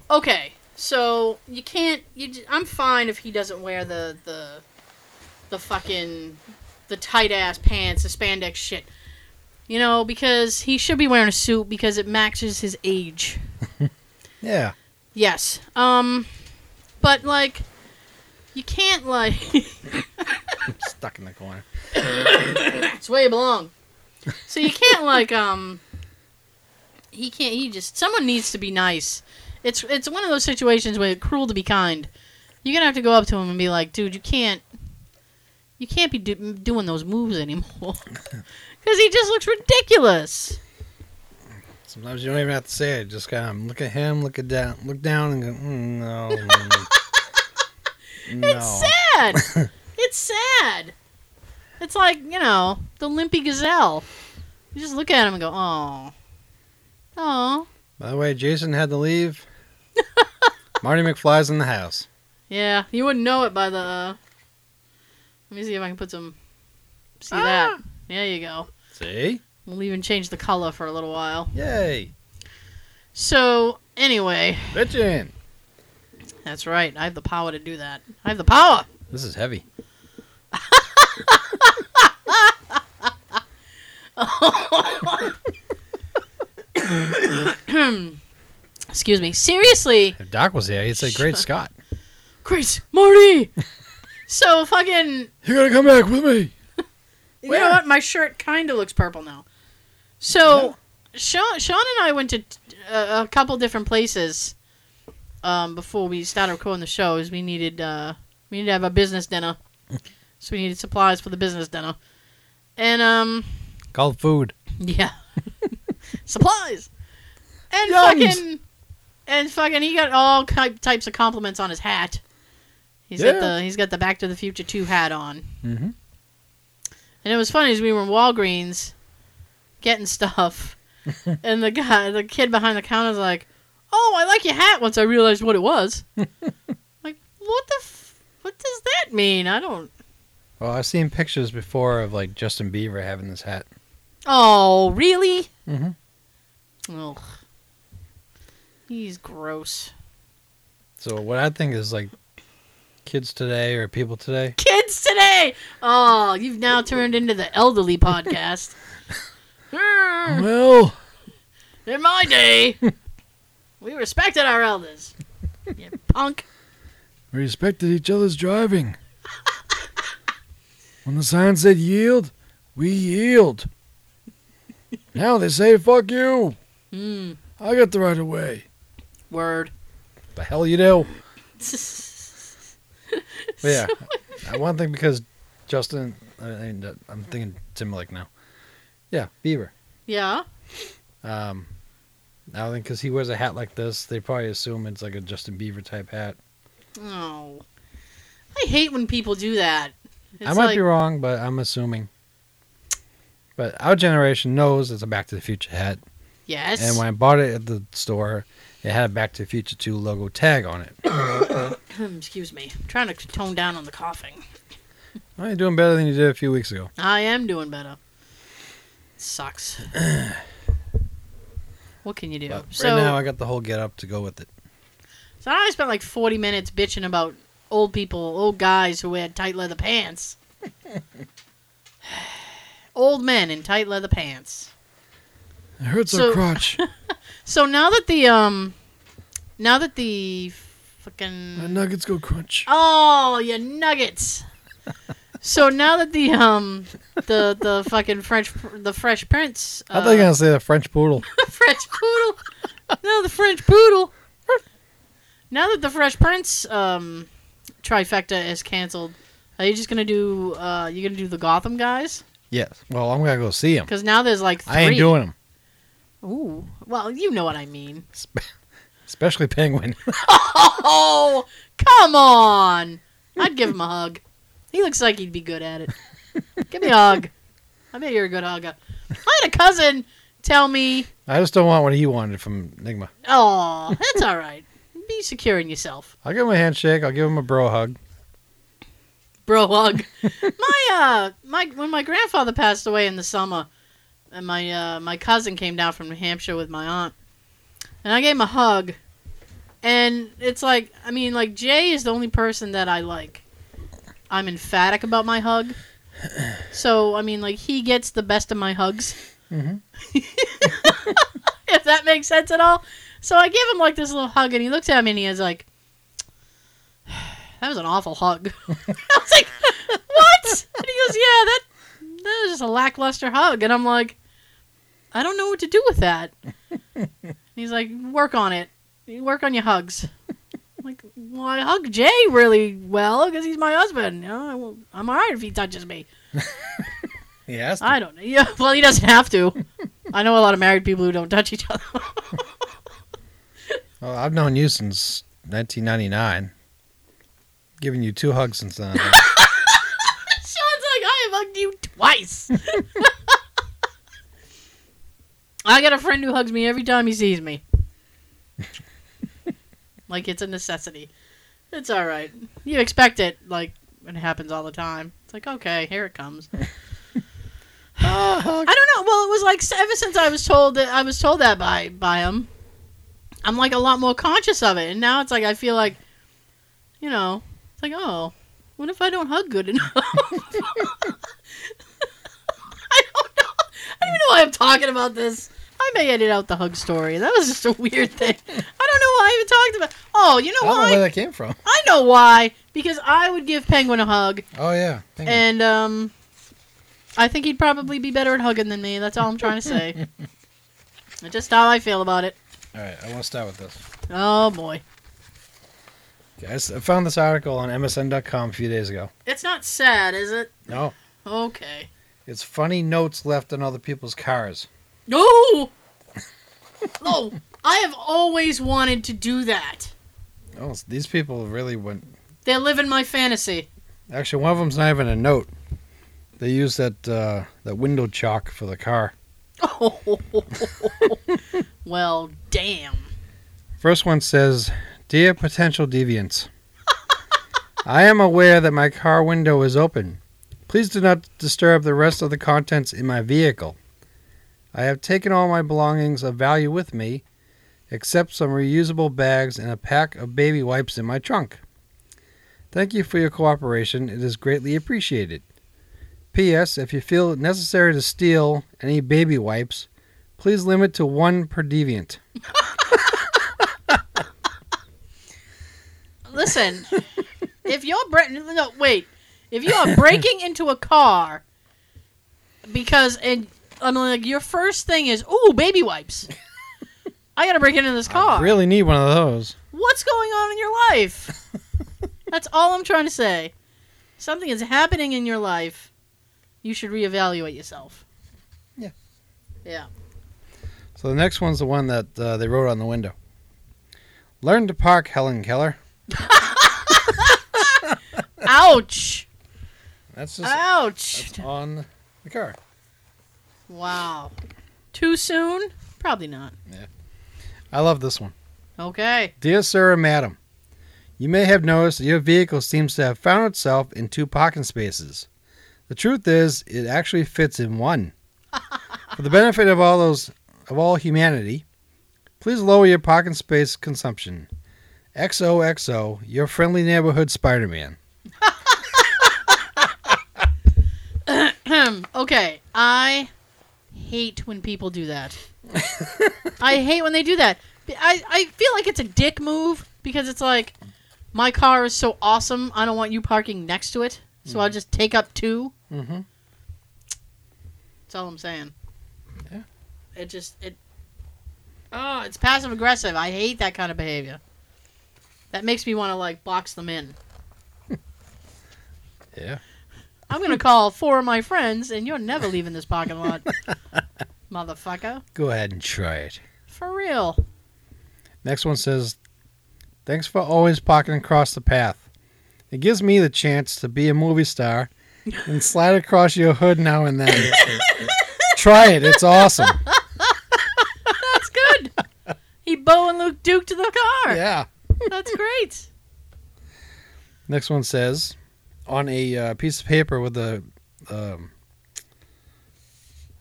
S1: okay so you can't you j- i'm fine if he doesn't wear the the the fucking the tight ass pants the spandex shit you know because he should be wearing a suit because it matches his age
S7: Yeah.
S1: Yes. Um but like you can't like
S7: Stuck in the corner.
S1: it's where you belong. So you can't like um he can't he just someone needs to be nice. It's it's one of those situations where it's cruel to be kind. You're going to have to go up to him and be like, "Dude, you can't you can't be do- doing those moves anymore." Cuz he just looks ridiculous.
S8: Sometimes you don't even have to say it. Just kind of look at him, look at down, look down, and go, mm, no. mm, no.
S1: It's sad. it's sad. It's like, you know, the limpy gazelle. You just look at him and go, oh. Oh.
S8: By the way, Jason had to leave. Marty McFly's in the house.
S1: Yeah, you wouldn't know it by the. let me see if I can put some. See that? There you go.
S8: See?
S1: We'll even change the color for a little while.
S8: Yay.
S1: So, anyway,
S8: Bitchin'.
S1: that's right. I have the power to do that. I have the power!
S8: This is heavy.
S1: Excuse me. Seriously!
S8: If Doc was here, he'd say, Great Scott.
S1: Grace, Marty. so fucking.
S8: You gotta come back with me.
S1: You know what? My shirt kind of looks purple now. So, Sean, Sean and I went to uh, a couple different places um, before we started recording the shows. We needed uh, we needed to have a business dinner, so we needed supplies for the business dinner, and um,
S7: Called food.
S1: yeah, supplies, and
S7: Yums.
S1: fucking, and fucking, he got all ki- types of compliments on his hat. He's got
S2: Yeah.
S1: the he's got the Back to the Future Two hat on.
S2: Mhm.
S1: And it was funny as we were in Walgreens getting stuff,
S8: Mm-hmm.
S1: and the guy, the kid behind the counter's like, "Oh, I like your hat." Once I realized what it was, like, what the, f- what does that mean? I don't.
S7: Well, I've seen pictures before of like Justin Bieber having this hat.
S1: Oh, really?
S2: Mhm.
S1: Ugh. He's gross.
S7: So what I think is like kids today or people today.
S1: Kids today. Oh, you've now turned into the elderly podcast. Hmm.
S7: Well,
S1: In my day, we respected our elders. You punk.
S7: we respected each other's driving. when the sign said yield, we yield. now they say fuck you.
S1: Mm,
S7: I got the right of way.
S1: word.
S7: The hell you do. But yeah, I- one thing because Justin, I mean, uh, I'm thinking Timberlake now. Yeah, Bieber.
S1: yeah.
S7: Um, I think because he wears a hat like this, they probably assume it's like a Justin Bieber type hat.
S1: Oh, I hate when people do that. It's
S7: I might
S1: like,
S7: be wrong, but I'm assuming. But our generation knows it's a Back to the Future hat,
S1: Yes.
S7: and when I bought it at the store, it had a Back to the Future 2 logo tag on it.
S1: Excuse me. I'm trying to tone down on the coughing.
S7: Well, you're doing better than you did a few weeks ago.
S1: I am doing better. Sucks. what can you do?
S7: But
S1: so,
S7: right now, I got the whole get up to go with it.
S1: so now I spent like 40 minutes bitching about old people, old guys who had tight leather pants. old men in tight leather pants.
S7: It hurts
S1: our So-
S7: crotch.
S1: So now that the um, now that the fucking
S7: nuggets go crunch.
S1: Oh, you nuggets. so now that the um the the fucking French the Fresh Prince
S7: I thought you were going to say the French poodle.
S1: the French poodle no the French poodle now that the Fresh Prince um trifecta is canceled are you just gonna do uh you gonna do the Gotham guys
S7: yes. Well, I'm going to go see him.
S1: because now there's like three
S7: I ain't doing him.
S1: ooh well you know what I mean
S7: Spe- Especially Penguin.
S1: oh come on I'd give him a hug he looks like he'd be good at it give me a hug I bet you're a good hugger I had a cousin tell me
S7: I just don't want what he wanted from Enigma.
S1: oh that's all right be secure in yourself
S7: I'll give him a handshake. I'll give him a bro hug.
S1: bro hug. my uh, my when my grandfather passed away in the summer, and my uh, my cousin came down from New Hampshire with my aunt, and I gave him a hug, and it's like I mean like Jay is the only person that I like. I'm emphatic about my hug, so I mean like he gets the best of my hugs.
S7: Mhm.
S1: if that makes sense at all. So I give him like this little hug, and he looks at me and he is like, "That was an awful hug." I was like, "What?" And he goes, "Yeah, that that was just a lackluster hug." And I'm like, "I don't know what to do with that." And he's like, "Work on it. You Work on your hugs." I'm like, well, I hug Jay really well because he's my husband. You know, I won't- I'm all right if he touches me.
S7: He has
S1: I don't know. Yeah, well, he doesn't have to. I know a lot of married people who don't touch each other.
S7: Well, I've known you since 1999. Given you two hugs since then.
S1: Sean's like, I have hugged you twice. I got a friend who hugs me every time he sees me. like it's a necessity. It's all right. You expect it, like it happens all the time. It's like, okay, here it comes. I don't know. Well, it was like s- ever since I was told that I was told that by by him, I'm like a lot more conscious of it, and now it's like I feel like, you know, it's like oh, what if I don't hug good enough? I don't know. I don't even know why I'm talking about this. I may edit out the hug story. That was just a weird thing. I don't know why I even talked about. Oh, you
S7: I
S1: know
S7: don't know
S1: why?
S7: where that came from.
S1: I know why. Because I would give Penguin a hug,
S7: Mm. Oh, yeah. Penguin.
S1: and um, I think he'd probably be better at hugging than me. That's all I'm trying to say. That's just how I feel about it.
S7: All right, I want to start with this.
S1: Oh boy,
S7: Guys, I found this article on MSN.com a few days ago.
S1: it's not sad, is it?
S7: No,
S1: Okay.
S7: it's funny notes left on other people's cars.
S1: No. oh, I have always wanted to do that.
S7: Oh, s- these people really went.
S1: They're living my fantasy.
S7: Actually, one of them's not even a note. They use that uh, that window chalk for the car.
S1: Oh. well, damn.
S7: First one says, "Dear potential deviants, I am aware that my car window is open. Please do not disturb the rest of the contents in my vehicle. I have taken all my belongings of value with me, except some reusable bags and a pack of baby wipes in my trunk. Thank you for your cooperation. It is greatly appreciated. P.S. If you feel it necessary to steal any baby wipes, please limit to one per deviant.
S1: Listen, if you're bre- no wait, if you are breaking into a car because and I'm like your first thing is ooh baby wipes. I gotta break into this car.
S7: Really need one of those."
S1: What's going on in your life? That's all I'm trying to say. Something is happening in your life. You should reevaluate yourself.
S7: Yeah.
S1: Yeah.
S7: So the next one's the one that uh, they wrote on the window. Learn to park, Helen Keller.
S1: Ouch.
S7: That's just
S1: Ah. Ouch.
S7: that's on the car.
S1: Wow. Too soon? Probably not.
S7: I love this one.
S1: Okay.
S7: Dear sir and madam, you may have noticed that your vehicle seems to have found itself in two parking spaces. The truth is, it actually fits in one. For the benefit of all those of all humanity, please lower your parking space consumption. XOXO, your friendly neighborhood Spider-Man.
S1: okay. I hate when people do that. I hate when they do that. I, I feel like it's a dick move because it's like, my car is so awesome, I don't want you parking next to it, so I'll just take up two.
S7: Mm-hmm.
S1: That's all I'm saying.
S7: Yeah.
S1: It just it. Oh, it's passive aggressive. I hate that kind of behavior. That makes me want to like box them in.
S7: Yeah.
S1: I'm gonna call four of my friends, and you're never leaving this parking lot, motherfucker.
S7: Go ahead and try it.
S1: For real.
S7: Next one says, Thanks for always parking across the path. It gives me the chance to be a movie star and slide across your hood now and then. Try it, it's awesome.
S1: That's good. he Bo and Luke Duke to the car.
S7: Yeah.
S1: That's great.
S7: Next one says, on a uh, piece of paper with a, um,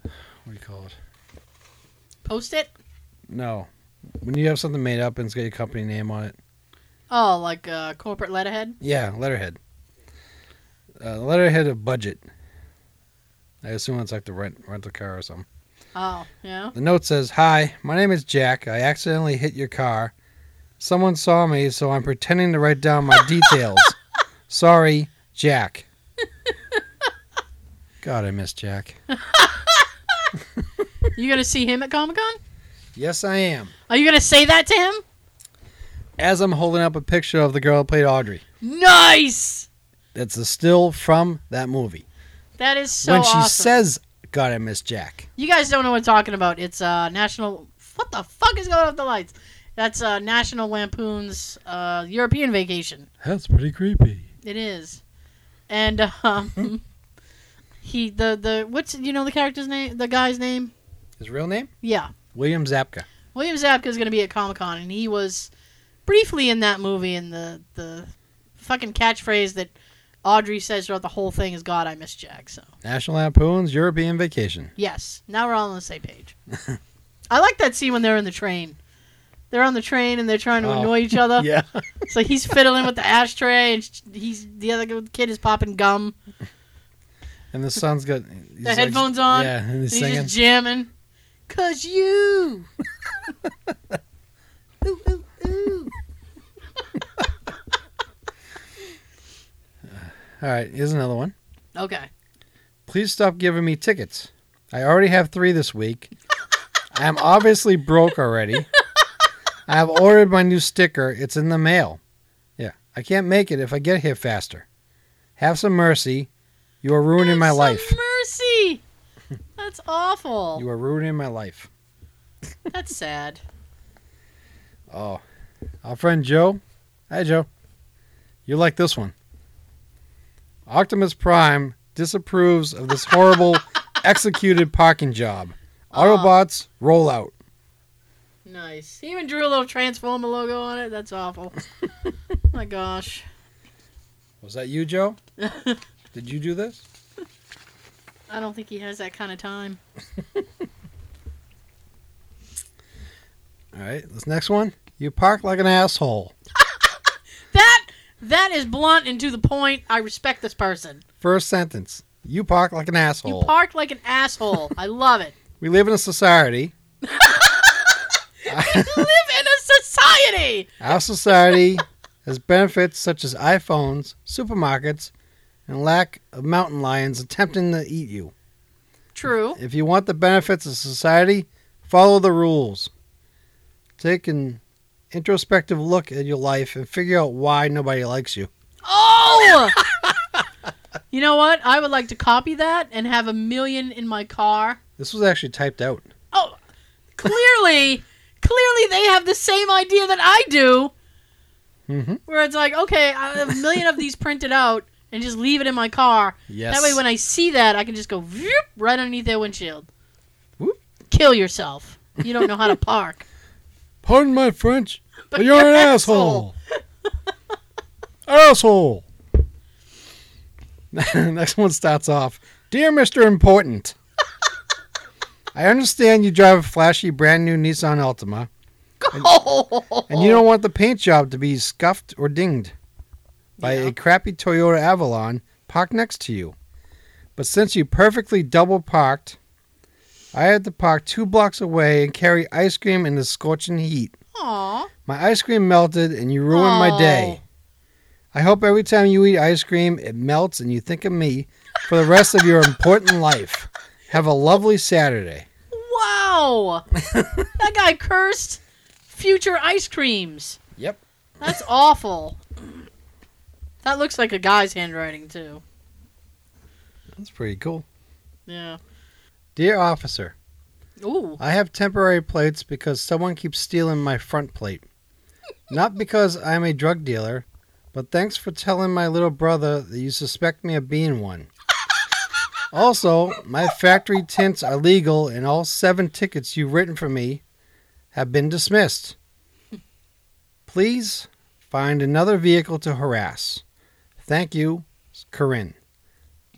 S7: what do you call it?
S1: Post it.
S7: No. When you have something made up and it's got your company name on it.
S1: Oh, like uh, corporate letterhead.
S7: Yeah, letterhead. Uh, letterhead of budget. I assume it's like the rent rental car or something.
S1: Oh, yeah.
S7: The note says, "Hi, my name is Jack. I accidentally hit your car. Someone saw me, so I'm pretending to write down my details. Sorry, Jack." God, I miss Jack.
S1: You gonna see him at Comic Con?
S7: Yes, I am.
S1: Are you gonna say that to him?
S7: As I'm holding up a picture of the girl who played Audrey.
S1: Nice.
S7: That's a still from that movie.
S1: That is so
S7: when she
S1: awesome.
S7: says, "God, I miss Jack."
S1: You guys don't know what I'm talking about. It's uh national. What the fuck is going on with the lights? That's uh National Lampoon's uh European Vacation.
S7: That's pretty creepy.
S1: It is, and um, he the the what's you know the character's name the guy's name
S7: His real name?
S1: yeah
S7: William Zapka.
S1: William Zabka is gonna be at Comic Con and he was briefly in that movie and the the fucking catchphrase that Audrey says throughout the whole thing is God I miss Jack so
S7: National Lampoon's European Vacation.
S1: Yes. Now we're all on the same page. I like that scene when they're in the train. They're on the train and they're trying to
S7: Oh.
S1: annoy each other.
S7: Yeah.
S1: So he's fiddling with the ashtray and sh- he's the other kid is popping gum.
S7: And the son's got the
S1: headphones on,
S7: Yeah, and he's
S1: He's,
S7: singing.
S1: just jamming. Cause you. ooh, ooh, ooh.
S7: All right, here's another one.
S1: Okay.
S7: Please stop giving me tickets. I already have three this week. I'm obviously broke already. I have ordered my new sticker. It's in the mail. Yeah, I can't make it if I get here faster. Have some mercy. You are ruining
S1: Have
S7: my
S1: some
S7: life.
S1: Mercy. That's awful.
S7: You are ruining my life.
S1: That's sad.
S7: Oh, our friend Joe. Hi, Joe. You like this one. Optimus Prime disapproves of this horrible executed parking job. Autobots roll out.
S1: Nice. He even drew a little Transformer logo on it. That's awful. Oh my gosh.
S7: Was that you, Joe? Did you do this?
S1: I don't think he has that kind of time.
S7: All right, this next one. You park like an asshole.
S1: That that is blunt and to the point. I respect this person.
S7: First sentence. You park like an asshole.
S1: You park like an asshole. I love it.
S7: we live in a society.
S1: We live in a society.
S7: Our society has benefits such as iPhones, supermarkets, and lack of mountain lions attempting to eat you.
S1: True.
S7: If you want the benefits of society, follow the rules. Take an introspective look at your life and figure out why nobody likes you.
S1: Oh! you know what? I would like to copy that and have a million in my car.
S7: This was actually typed out.
S1: Clearly, clearly they have the same idea that I do,
S7: Mm-hmm.
S1: where it's like, okay, I have a million of these printed out and just leave it in my car.
S7: Yes.
S1: That way, when I see that, I can just go whoop, right underneath their windshield.
S7: Whoop.
S1: Kill yourself. You don't know how to park.
S7: Pardon my French,
S1: But
S7: you're, an asshole. asshole. Next one starts off Dear Mr. Important, I understand you drive a flashy brand new Nissan Altima and you don't want the paint job to be scuffed or dinged by
S1: Yeah.
S7: a crappy Toyota Avalon parked next to you. But since you perfectly double parked, I had to park two blocks away and carry ice cream in the scorching heat.
S1: Aw.
S7: My ice cream melted and you ruined my day. I hope every time you eat ice cream, it melts and you think of me for the rest of your important life. Have a lovely Saturday.
S1: Wow. that guy cursed future ice creams.
S7: Yep.
S1: That's awful. That looks like a guy's handwriting, too.
S7: That's pretty cool.
S1: Yeah.
S7: Dear officer,
S1: Ooh.
S7: I have temporary plates because someone keeps stealing my front plate. Not because I'm a drug dealer, but thanks for telling my little brother that you suspect me of being one. Also, my factory tints are legal and all seven tickets you've written for me have been dismissed. Please find another vehicle to harass. Thank you, Corinne.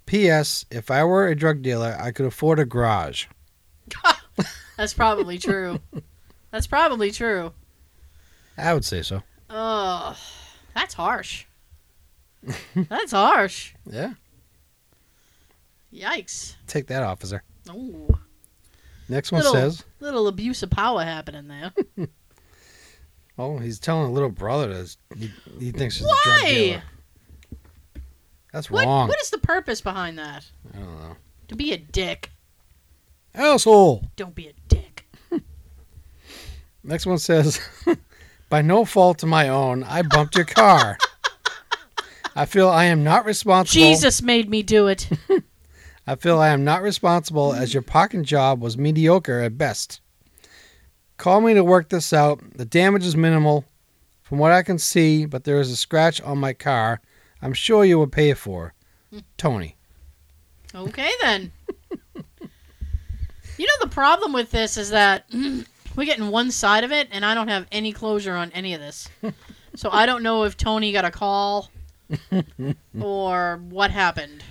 S7: P.S. If I were a drug dealer, I could afford a garage.
S1: That's probably true. That's probably true.
S7: I would say so.
S1: Ugh. That's harsh. That's harsh.
S7: Yeah.
S1: Yikes.
S7: Take that, officer.
S1: Ooh.
S7: Next one
S1: Little-
S7: says,
S1: Little abuse of power happening there.
S7: "Oh, he's telling a little brother that he, he thinks she's a drug
S1: Why?
S7: dealer." That's
S1: What,
S7: wrong.
S1: what is the purpose behind that?
S7: I don't know.
S1: To be a dick.
S7: Asshole.
S1: Don't be a dick.
S7: Next one says, "By no fault of my own, I bumped your car. I feel I am not responsible.
S1: Jesus made me do it.
S7: I feel I am not responsible as your parking job was mediocre at best. Call me to work this out. The damage is minimal from what I can see, but there is a scratch on my car. I'm sure you will pay for. Tony.
S1: Okay then. you know the problem with this is that we're getting one side of it, and I don't have any closure on any of this. So I don't know if Tony got a call or what happened.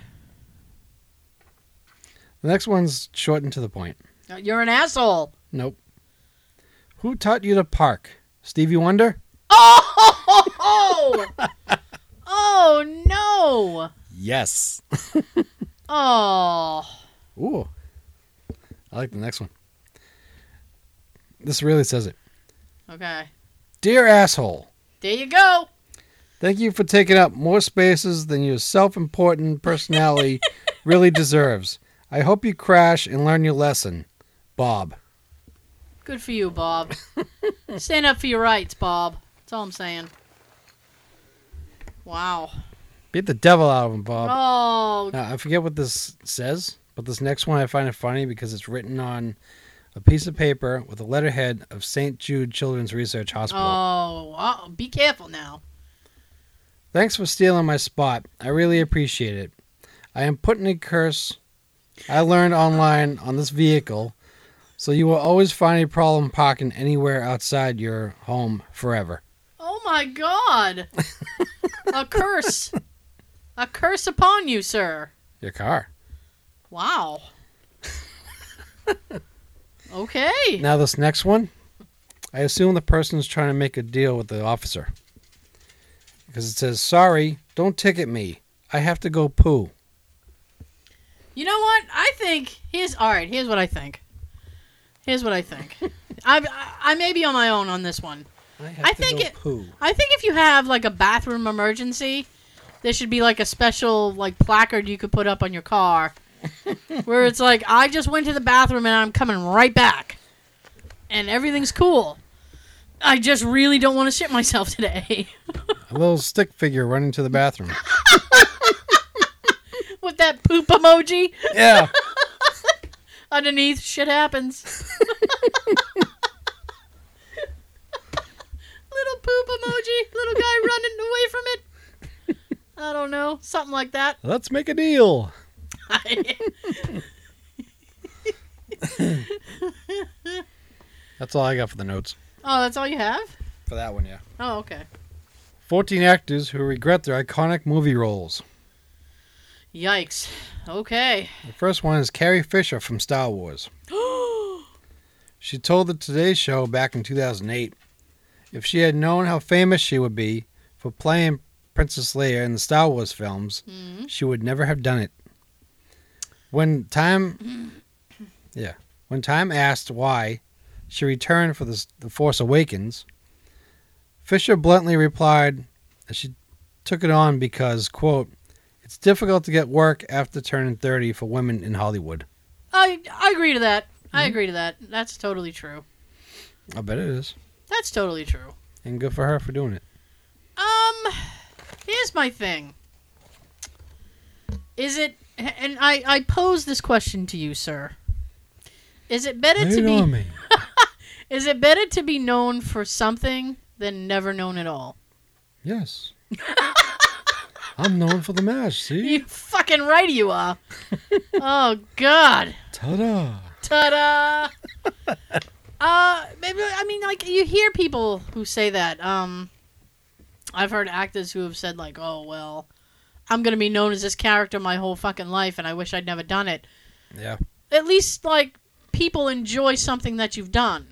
S7: The next one's short and to the point.
S1: Uh, You're an asshole.
S7: Nope. Who taught you to park? Stevie Wonder?
S1: Oh, oh no.
S7: Yes.
S1: Oh,
S7: Ooh. I like the next one. This really says it.
S1: okay.
S7: Dear asshole.
S1: There you go.
S7: Thank you for taking up more spaces than your self important personality really deserves. I hope you crash and learn your lesson, Bob.
S1: Good for you, Bob. Stand up for your rights, Bob. That's all I'm saying. Wow.
S7: Beat the devil out of him, Bob.
S1: Oh,
S7: Now, I forget what this says, but this next one I find it funny because it's written on a piece of paper with a letterhead of St. Jude Children's Research Hospital.
S1: oh, wow. be careful now.
S7: Thanks for stealing my spot. I really appreciate it. I am putting a curse I learned online on this vehicle, so you will always find a problem parking anywhere outside your home forever.
S1: Oh my God! a curse, a curse upon you, sir.
S7: Your car.
S1: Wow. okay.
S7: Now, this next one, I assume the person's trying to make a deal with the officer. Because it says, Sorry, don't ticket me. I have to go poo.
S1: You know what? I think here's all right. Here's what I think. Here's what I think. I, I I may be on my own on this one.
S7: I, have
S1: I think it-
S7: poo.
S1: I think if you have like a bathroom emergency, there should be like a special like placard you could put up on your car, where it's like I just went to the bathroom and I'm coming right back, and everything's cool. I just really don't want to shit myself today
S7: A little stick figure running to the bathroom.
S1: with that poop emoji
S7: yeah.
S1: underneath. Shit happens. little poop emoji, little guy running away from it. I don't know, something like that.
S7: Let's make a deal. That's all I got for the notes.
S1: oh, that's all you have?
S7: For that one, yeah.
S1: Oh, okay.
S7: 14 actors who regret their iconic movie roles.
S1: Yikes. Okay.
S7: The first one is Carrie Fisher from Star Wars. She told the Today Show back in 2008 if she had known how famous she would be for playing Princess Leia in the Star Wars films,
S1: Mhm.
S7: she would never have done it. When time,
S1: Mm-hmm.
S7: yeah, when time asked why she returned for the, the Force Awakens, Fisher bluntly replied that she took it on because, quote, it's difficult to get work after turning 30 for women in Hollywood.
S1: I I agree to that. I agree to that. That's totally true.
S7: I bet it is.
S1: That's totally true.
S7: And good for her for doing it.
S1: Um, here's my thing. Is it? And I I pose this question to you, sir. Is it better to
S7: Lay it on
S1: be
S7: me.
S1: is it better to be known for something than never known at all?
S7: Yes. I'm known for the mash, see?
S1: You fucking right you are. oh God.
S7: Ta da!
S1: Ta-da! uh, maybe I mean like you hear people who say that. Um, I've heard actors who have said like, "Oh well, I'm gonna be known as this character my whole fucking life, and I wish I'd never done it."
S7: Yeah.
S1: At least like people enjoy something that you've done.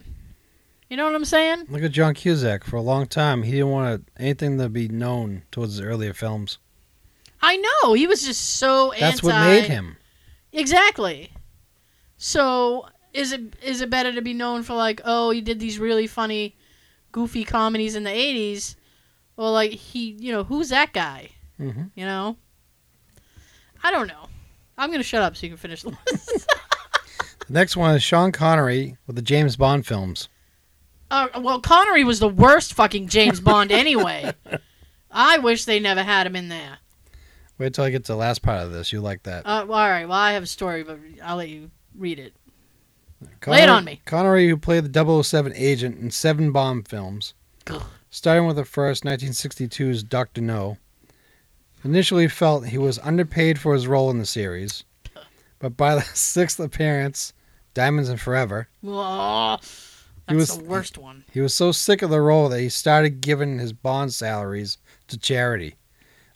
S1: You know what I'm saying?
S7: Look at John Cusack. For a long time, he didn't want anything to be known towards his earlier films.
S1: I know he was just so
S7: That's
S1: anti.
S7: what made him.
S1: Exactly. So is it is it better to be known for like, oh, he did these really funny, goofy comedies in the '80s, or like he, you know, who's that guy?
S7: Mhm.
S1: You know. I don't know. I'm gonna shut up so you can finish the list.
S7: The next one is Sean Connery with the James Bond films.
S1: uh, well, Connery was the worst fucking James Bond anyway. I wish they never had him in there.
S7: Wait till I get to the last part of this. You like that.
S1: Uh, well, all right. Well, I have a story, but I'll let you read it.
S7: Connery,
S1: Lay it on me.
S7: Connery, who played the 007 agent in seven Bond films,
S1: Ugh.
S7: starting with the first 1962's Doctor No, initially felt he was underpaid for his role in the series, but by the sixth appearance, Diamonds and Forever,
S1: Oh,
S7: He
S1: that's
S7: was-
S1: the worst one.
S7: he was so sick of the role that he started giving his Bond salaries to charity,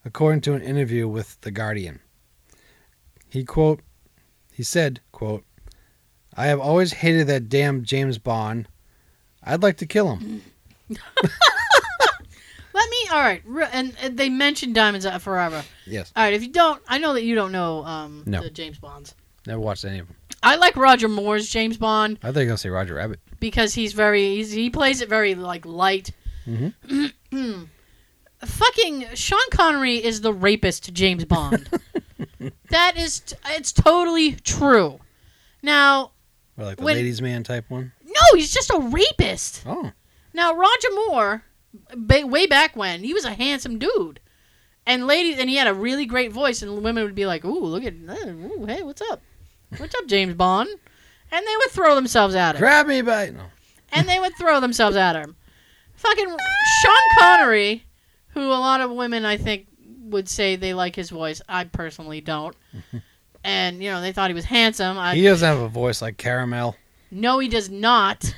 S7: according to an interview with The Guardian. He quote, he said, quote, "I have always hated that damn James Bond. I'd like to kill him."
S1: Let me. All right, re- and, and they mentioned Diamonds Are Forever.
S7: Yes.
S1: All right, if you don't, I know that you don't know um,
S7: No.
S1: the James Bonds.
S7: Never watched any of them.
S1: I like Roger Moore's James Bond
S7: I thought you were gonna say Roger Rabbit.
S1: because he's very he's, he plays it very like light.
S7: Mhm.
S1: Fucking Sean Connery is the rapist James Bond. That is, t- it's totally true. Now,
S7: Or like the
S1: When-
S7: ladies' man type one.
S1: no, he's just a rapist.
S7: Oh,
S1: Now, Roger Moore, ba- way back when, he was a handsome dude, and ladies, and he had a really great voice, and women would be like, "Ooh, look at, uh, ooh, hey, what's up? What's up, James Bond?" And they would throw themselves at him,
S7: grab me by no.
S1: and they would throw themselves at him. Fucking Sean Connery, who a lot of women I think would say they like his voice. I personally don't. And you know they thought he was handsome. I
S7: He doesn't have a voice like caramel.
S1: no, he does not.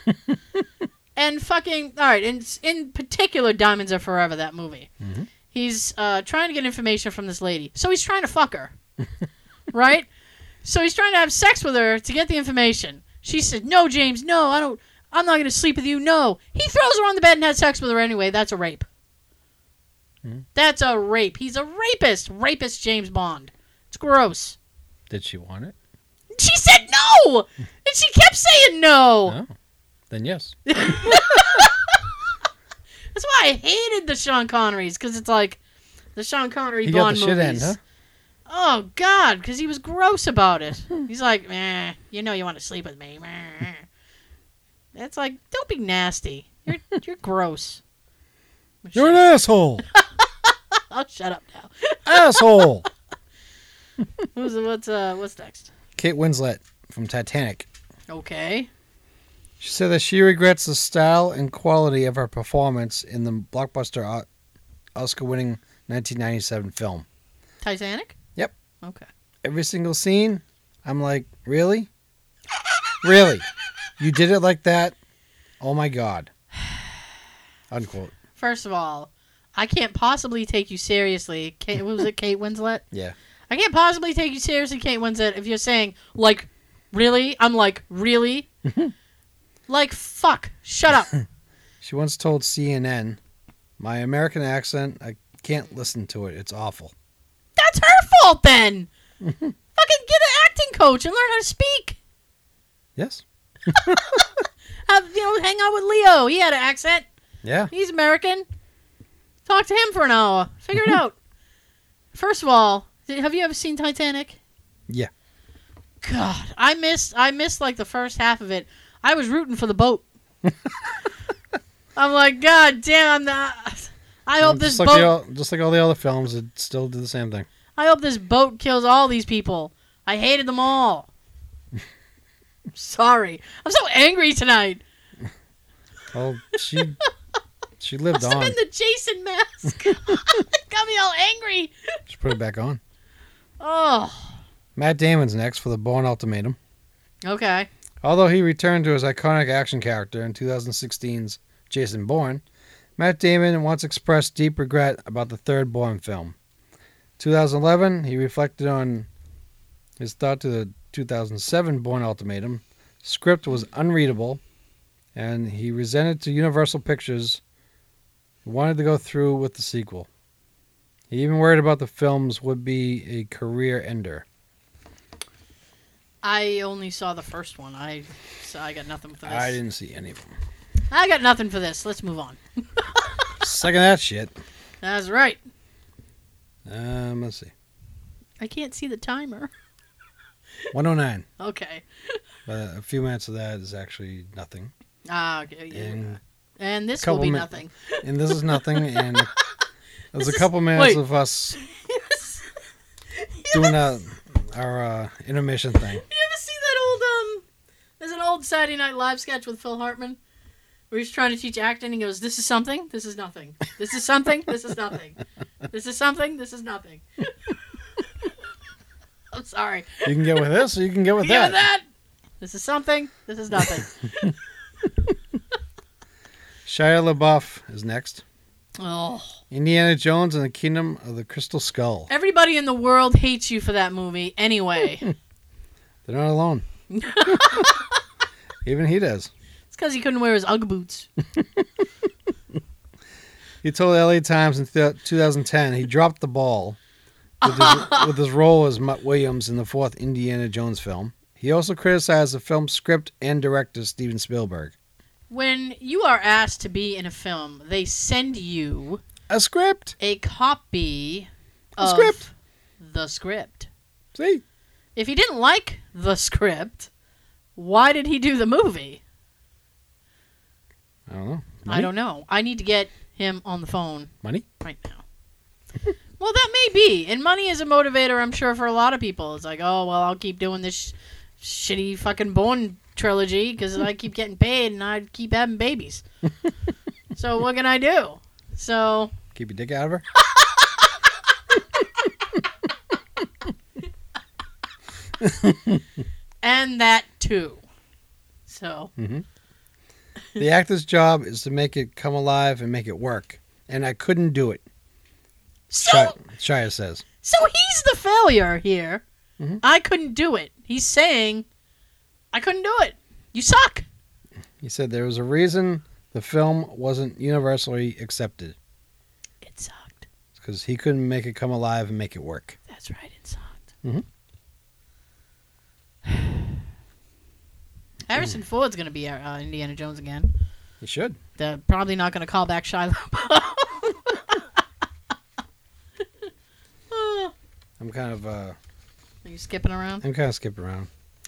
S1: and fucking all right. In in particular, Diamonds Are Forever. That movie.
S7: Mhm.
S1: He's uh, trying to get information from this lady, so he's trying to fuck her, right? So he's trying to have sex with her to get the information. She said, "No, James, no, I don't. I'm not gonna sleep with you. No." He throws her on the bed and has sex with her anyway. That's a rape.
S7: Mhm.
S1: That's a rape. He's a rapist. Rapist James Bond. It's gross.
S7: Did she want it?
S1: She said no, and she kept saying no.
S7: No. Then yes.
S1: That's why I hated the Sean Connerys because it's like the Sean Connery
S7: He got
S1: Bond
S7: the shit end,
S1: movies.
S7: huh?
S1: Oh God, because he was gross about it. He's like, eh, you know you want to sleep with me. Meh." That's like, don't be nasty. You're you're gross.
S7: You're an asshole.
S1: I'll shut up now.
S7: asshole.
S1: Who's what's uh what's next?
S7: Kate Winslet from Titanic.
S1: Okay.
S7: She said that she regrets the style and quality of her performance in the blockbuster O- Oscar-winning 1997 film.
S1: Titanic?
S7: Yep.
S1: Okay.
S7: Every single scene, I'm like, really? Really? You did it like that? Oh my god. Unquote.
S1: First of all, I can't possibly take you seriously. Kate, what was it Kate Winslet?
S7: Yeah.
S1: I can't possibly take you seriously, Kate Winslet, if you're saying, like, really? I'm like, really? like, fuck. Shut up.
S7: She once told CNN, "My American accent, I can't listen to it. It's awful."
S1: That's her fault then. Fucking get an acting coach and learn how to speak.
S7: Yes.
S1: Have, you know, hang out with Leo. He had an accent.
S7: Yeah.
S1: He's American. Talk to him for an hour. Figure it out. First of all, did, have you ever seen Titanic?
S7: Yeah.
S1: God, I missed. I missed like the first half of it. I was rooting for the boat. I'm like, God damn! I'm not, I hope this
S7: just
S1: boat.
S7: like the all, just like all the other films, it still did the same thing.
S1: I hope this boat kills all these people. I hated them all. Sorry, I'm so angry tonight.
S7: Well, she she lived
S1: Must have
S7: on.
S1: been the Jason mask. It got me all angry.
S7: She put it back on.
S1: Oh,
S7: Matt Damon's next for the Bourne Ultimatum.
S1: okay.
S7: Although he returned to his iconic action character in 2016's Jason Bourne, Matt Damon once expressed deep regret about the third Bourne film. 2011, he reflected on his thought to the 2007 Bourne Ultimatum. Script was unreadable, and he resented to Universal Pictures. He wanted to go through with the sequel. He even worried about the films would be a career ender.
S1: I only saw the first one. I, so I got nothing for this.
S7: I didn't see any of them.
S1: I got nothing for this. Let's move on.
S7: Second that shit.
S1: That's right.
S7: Um, let's see.
S1: I can't see the timer.
S7: 109.
S1: Okay.
S7: But a few minutes of that is actually nothing.
S1: Ah, okay. yeah.
S7: And
S1: and this will
S7: couple
S1: be
S7: min-
S1: nothing.
S7: and this is nothing. And there's
S1: This
S7: a
S1: is-
S7: couple minutes
S1: wait.
S7: of us doing a, our uh, intermission thing.
S1: You ever see that old um? There's an old Saturday Night Live sketch with Phil Hartman, where he's trying to teach acting. He goes, "This is something. This is nothing. This is something. This is nothing. This is something. This is nothing." I'm sorry.
S7: You can get with this or you can get with
S1: Yeah,
S7: that.
S1: that. This is something. This is nothing.
S7: Shia LaBeouf is next.
S1: oh.
S7: Indiana Jones and the Kingdom of the Crystal Skull.
S1: Everybody in the world hates you for that movie anyway. it's
S7: They're not alone. Even he does.
S1: because he couldn't wear his Ugg boots.
S7: He told LA Times in th- 2010 he dropped the ball with his, with his role as Mutt Williams in the fourth Indiana Jones film. He also criticized the film's script and director Steven Spielberg.
S1: When you are asked to be in a film, they send you
S7: A script?
S1: a copy
S7: The
S1: of
S7: script.
S1: the script.
S7: See?
S1: If he didn't like the script, why did he do the movie?
S7: I don't know.
S1: I
S7: Money?
S1: don't know. I need to get him on the phone
S7: Money?
S1: right now. well, that may be. And money is a motivator, I'm sure, for a lot of people. It's like, oh, well, I'll keep doing this sh- shitty fucking Bourne trilogy because I keep getting paid and I keep having babies. so what can I do? So
S7: Keep your dick out of her?
S1: and that too. So
S7: The actor's job is to make it come alive and make it work. And I couldn't do it,
S1: so
S7: Shia, Shia says.
S1: so he's the failure here.
S7: Mhm.
S1: I couldn't do it. He's saying, I couldn't do it. You suck.
S7: He said there was a reason the film wasn't universally accepted.
S1: It sucked.
S7: It's because he couldn't make it come alive and make it work.
S1: That's right, it sucked.
S7: Mhm.
S1: Harrison Ford's going to be uh, uh, Indiana Jones again.
S7: He should.
S1: They're probably not going to call back Shiloh. Are
S7: I'm kind of uh,
S1: you skipping around?
S7: I'm kind of skipping around.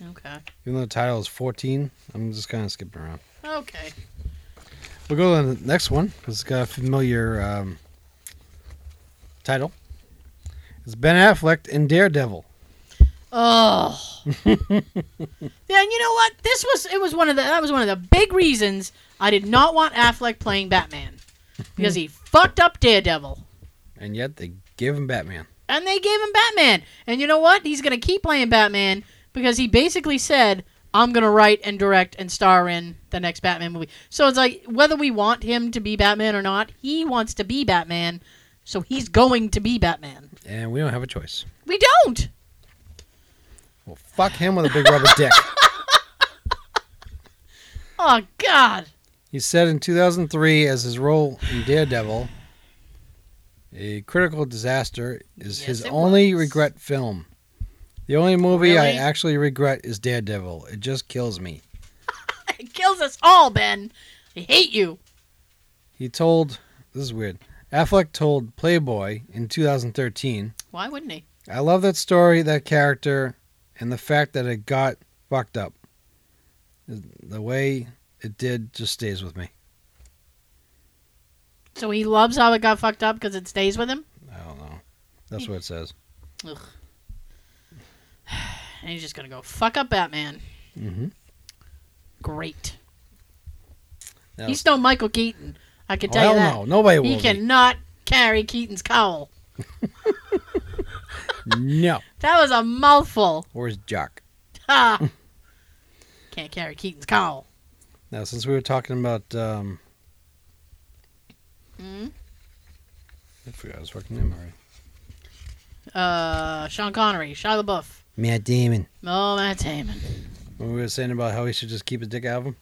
S1: Okay.
S7: Even though the title is 14, I'm just kind of skipping around.
S1: Okay.
S7: We'll go to the next one 'cause it's got a familiar um, title. It's Ben Affleck in Daredevil.
S1: Oh. yeah, and you know what? This was it was one of the that was one of the big reasons I did not want Affleck playing Batman because he fucked up Daredevil.
S7: And yet they gave him Batman.
S1: And they gave him Batman. And you know what? He's going to keep playing Batman because he basically said, I'm going to write and direct and star in the next Batman movie. So it's like, whether we want him to be Batman or not, he wants to be Batman. So he's going to be Batman.
S7: And we don't have a choice.
S1: We don't.
S7: Well, fuck him with a big rubber dick.
S1: Oh, God.
S7: He said in 2003 as his role in Daredevil, A Critical Disaster is
S1: Yes,
S7: his
S1: it
S7: only
S1: was.
S7: regret film. The only movie I
S1: Really?
S7: actually regret is Daredevil. It just kills me.
S1: It kills us all, Ben. I hate you.
S7: He told, this is weird. Affleck told Playboy in 2013,
S1: Why wouldn't he?
S7: I love that story, that character, and the fact that it got fucked up. The way it did just stays with me.
S1: So he loves how it got fucked up because it stays with him?
S7: I don't know. That's what it says.
S1: And he's just going to go fuck up Batman.
S7: Mm-hmm.
S1: Great.
S7: No.
S1: He's no Michael Keaton. I can
S7: Oh,
S1: tell
S7: hell
S1: you that.
S7: no. Nobody will.
S1: He
S7: be.
S1: cannot carry Keaton's cowl.
S7: No.
S1: That was a mouthful.
S7: Or his jock.
S1: Ha! Can't carry Keaton's cowl.
S7: Now, since we were talking about, um,
S1: Hmm?
S7: I forgot his fucking name already.
S1: Uh, Sean Connery, Shia LaBeouf.
S7: Matt Damon.
S1: Oh, Matt Damon.
S7: When we were saying about how he should just keep his dick out of him.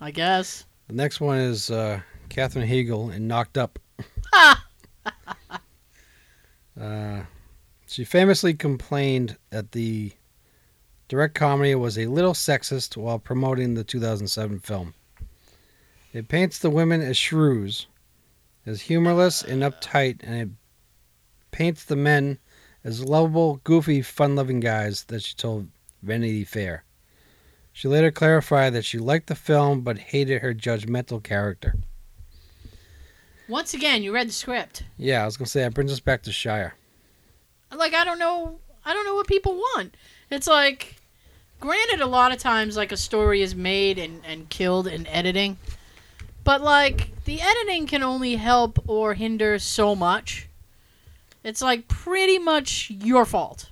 S1: I guess.
S7: The next one is uh, Catherine Hegel in Knocked Up. uh, she famously complained that the direct comedy was a little sexist while promoting the 2007 film. It paints the women as shrews, as humorless and uptight, and it paints the men as lovable, goofy, fun loving guys that she told Vanity Fair. She later clarified that she liked the film but hated her judgmental character.
S1: Once again, you read the script.
S7: Yeah, I was gonna say that brings us back to Shire.
S1: Like, I don't know. I don't know what people want. It's like, granted, a lot of times, like, a story is made and, and killed in editing. But, like, the editing can only help or hinder so much. It's, like, pretty much your fault.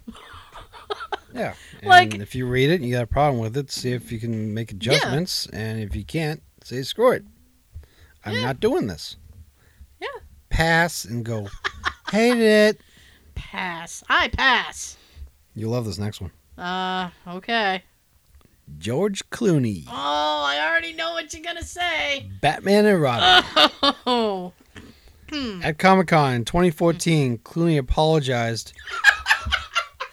S7: Yeah, and
S1: Like-
S7: if you read it and you got a problem with it, see if you can make adjustments, and if you can't, say screw it. I'm
S1: Yeah.
S7: not doing this.
S1: Yeah.
S7: Pass and go. Hate it.
S1: Pass. I pass.
S7: You love this next one,
S1: Uh, okay.
S7: George Clooney,
S1: Oh, I already know what you're gonna say.
S7: Batman and Robin.
S1: Oh.
S7: At Comic Con in 2014, Clooney apologized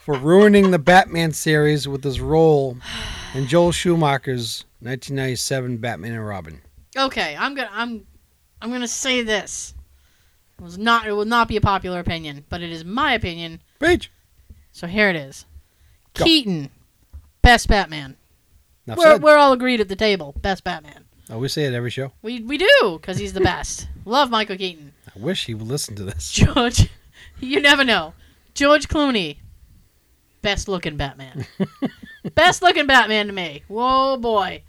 S7: for ruining the Batman series with his role in Joel Schumacher's 1997 Batman and Robin.
S1: Okay, I'm gonna I'm I'm gonna say this. It was not it will not be a popular opinion, but it is my opinion,
S7: Preach.
S1: so here it is.
S7: Go.
S1: Keaton, best Batman.
S7: Enough
S1: We're,
S7: said.
S1: we're all agreed at the table, best Batman.
S7: Oh, we say it every show.
S1: We we do because he's the best. Love Michael Keaton.
S7: I wish he would listen to this.
S1: George, you never know. George Clooney, best looking Batman. best looking Batman to me. Whoa, boy.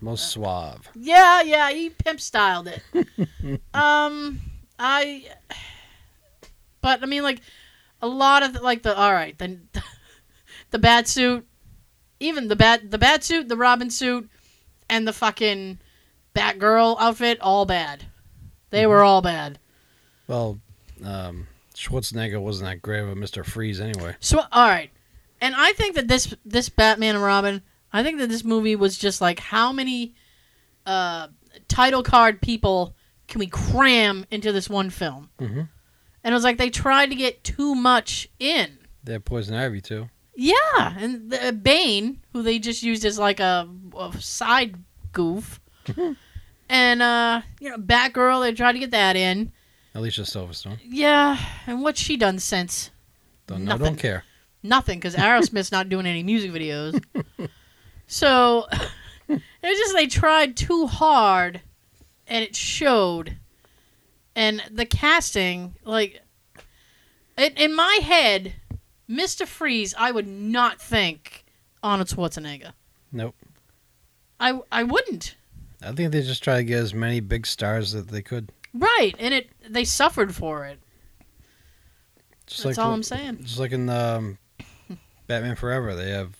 S7: Most suave.
S1: Yeah, yeah, he pimp styled it. um, I. But I mean, like, a lot of the, like the all right, then the bat suit, even the bat the bat suit, the Robin suit, and the fucking Batgirl outfit, all bad. They were all bad.
S7: Well, um, Schwarzenegger wasn't that great of a Mr. Freeze anyway.
S1: So all right, and I think that this this Batman and Robin, I think that this movie was just like how many uh, title card people can we cram into this one film?
S7: Mhm.
S1: And it was like they tried to get too much in.
S7: They had Poison Ivy too.
S1: Yeah, and the, uh, Bane, who they just used as like a, a side goof, and uh, you know Batgirl, they tried to get that in.
S7: Alicia Silverstone.
S1: Yeah, and what's she done since?
S7: Don't know.
S1: Nothing.
S7: Don't care.
S1: nothing because Aerosmith's not doing any music videos. so it was just they tried too hard, and it showed. And the casting, like, in, in my head, Mister Freeze, I would not think Arnold Schwarzenegger.
S7: Nope.
S1: I I wouldn't.
S7: I think they just tried to get as many big stars that they could.
S1: Right, and it they suffered for it.
S7: Just
S1: That's
S7: like
S1: all I'm saying.
S7: just like in um, Batman Forever, they have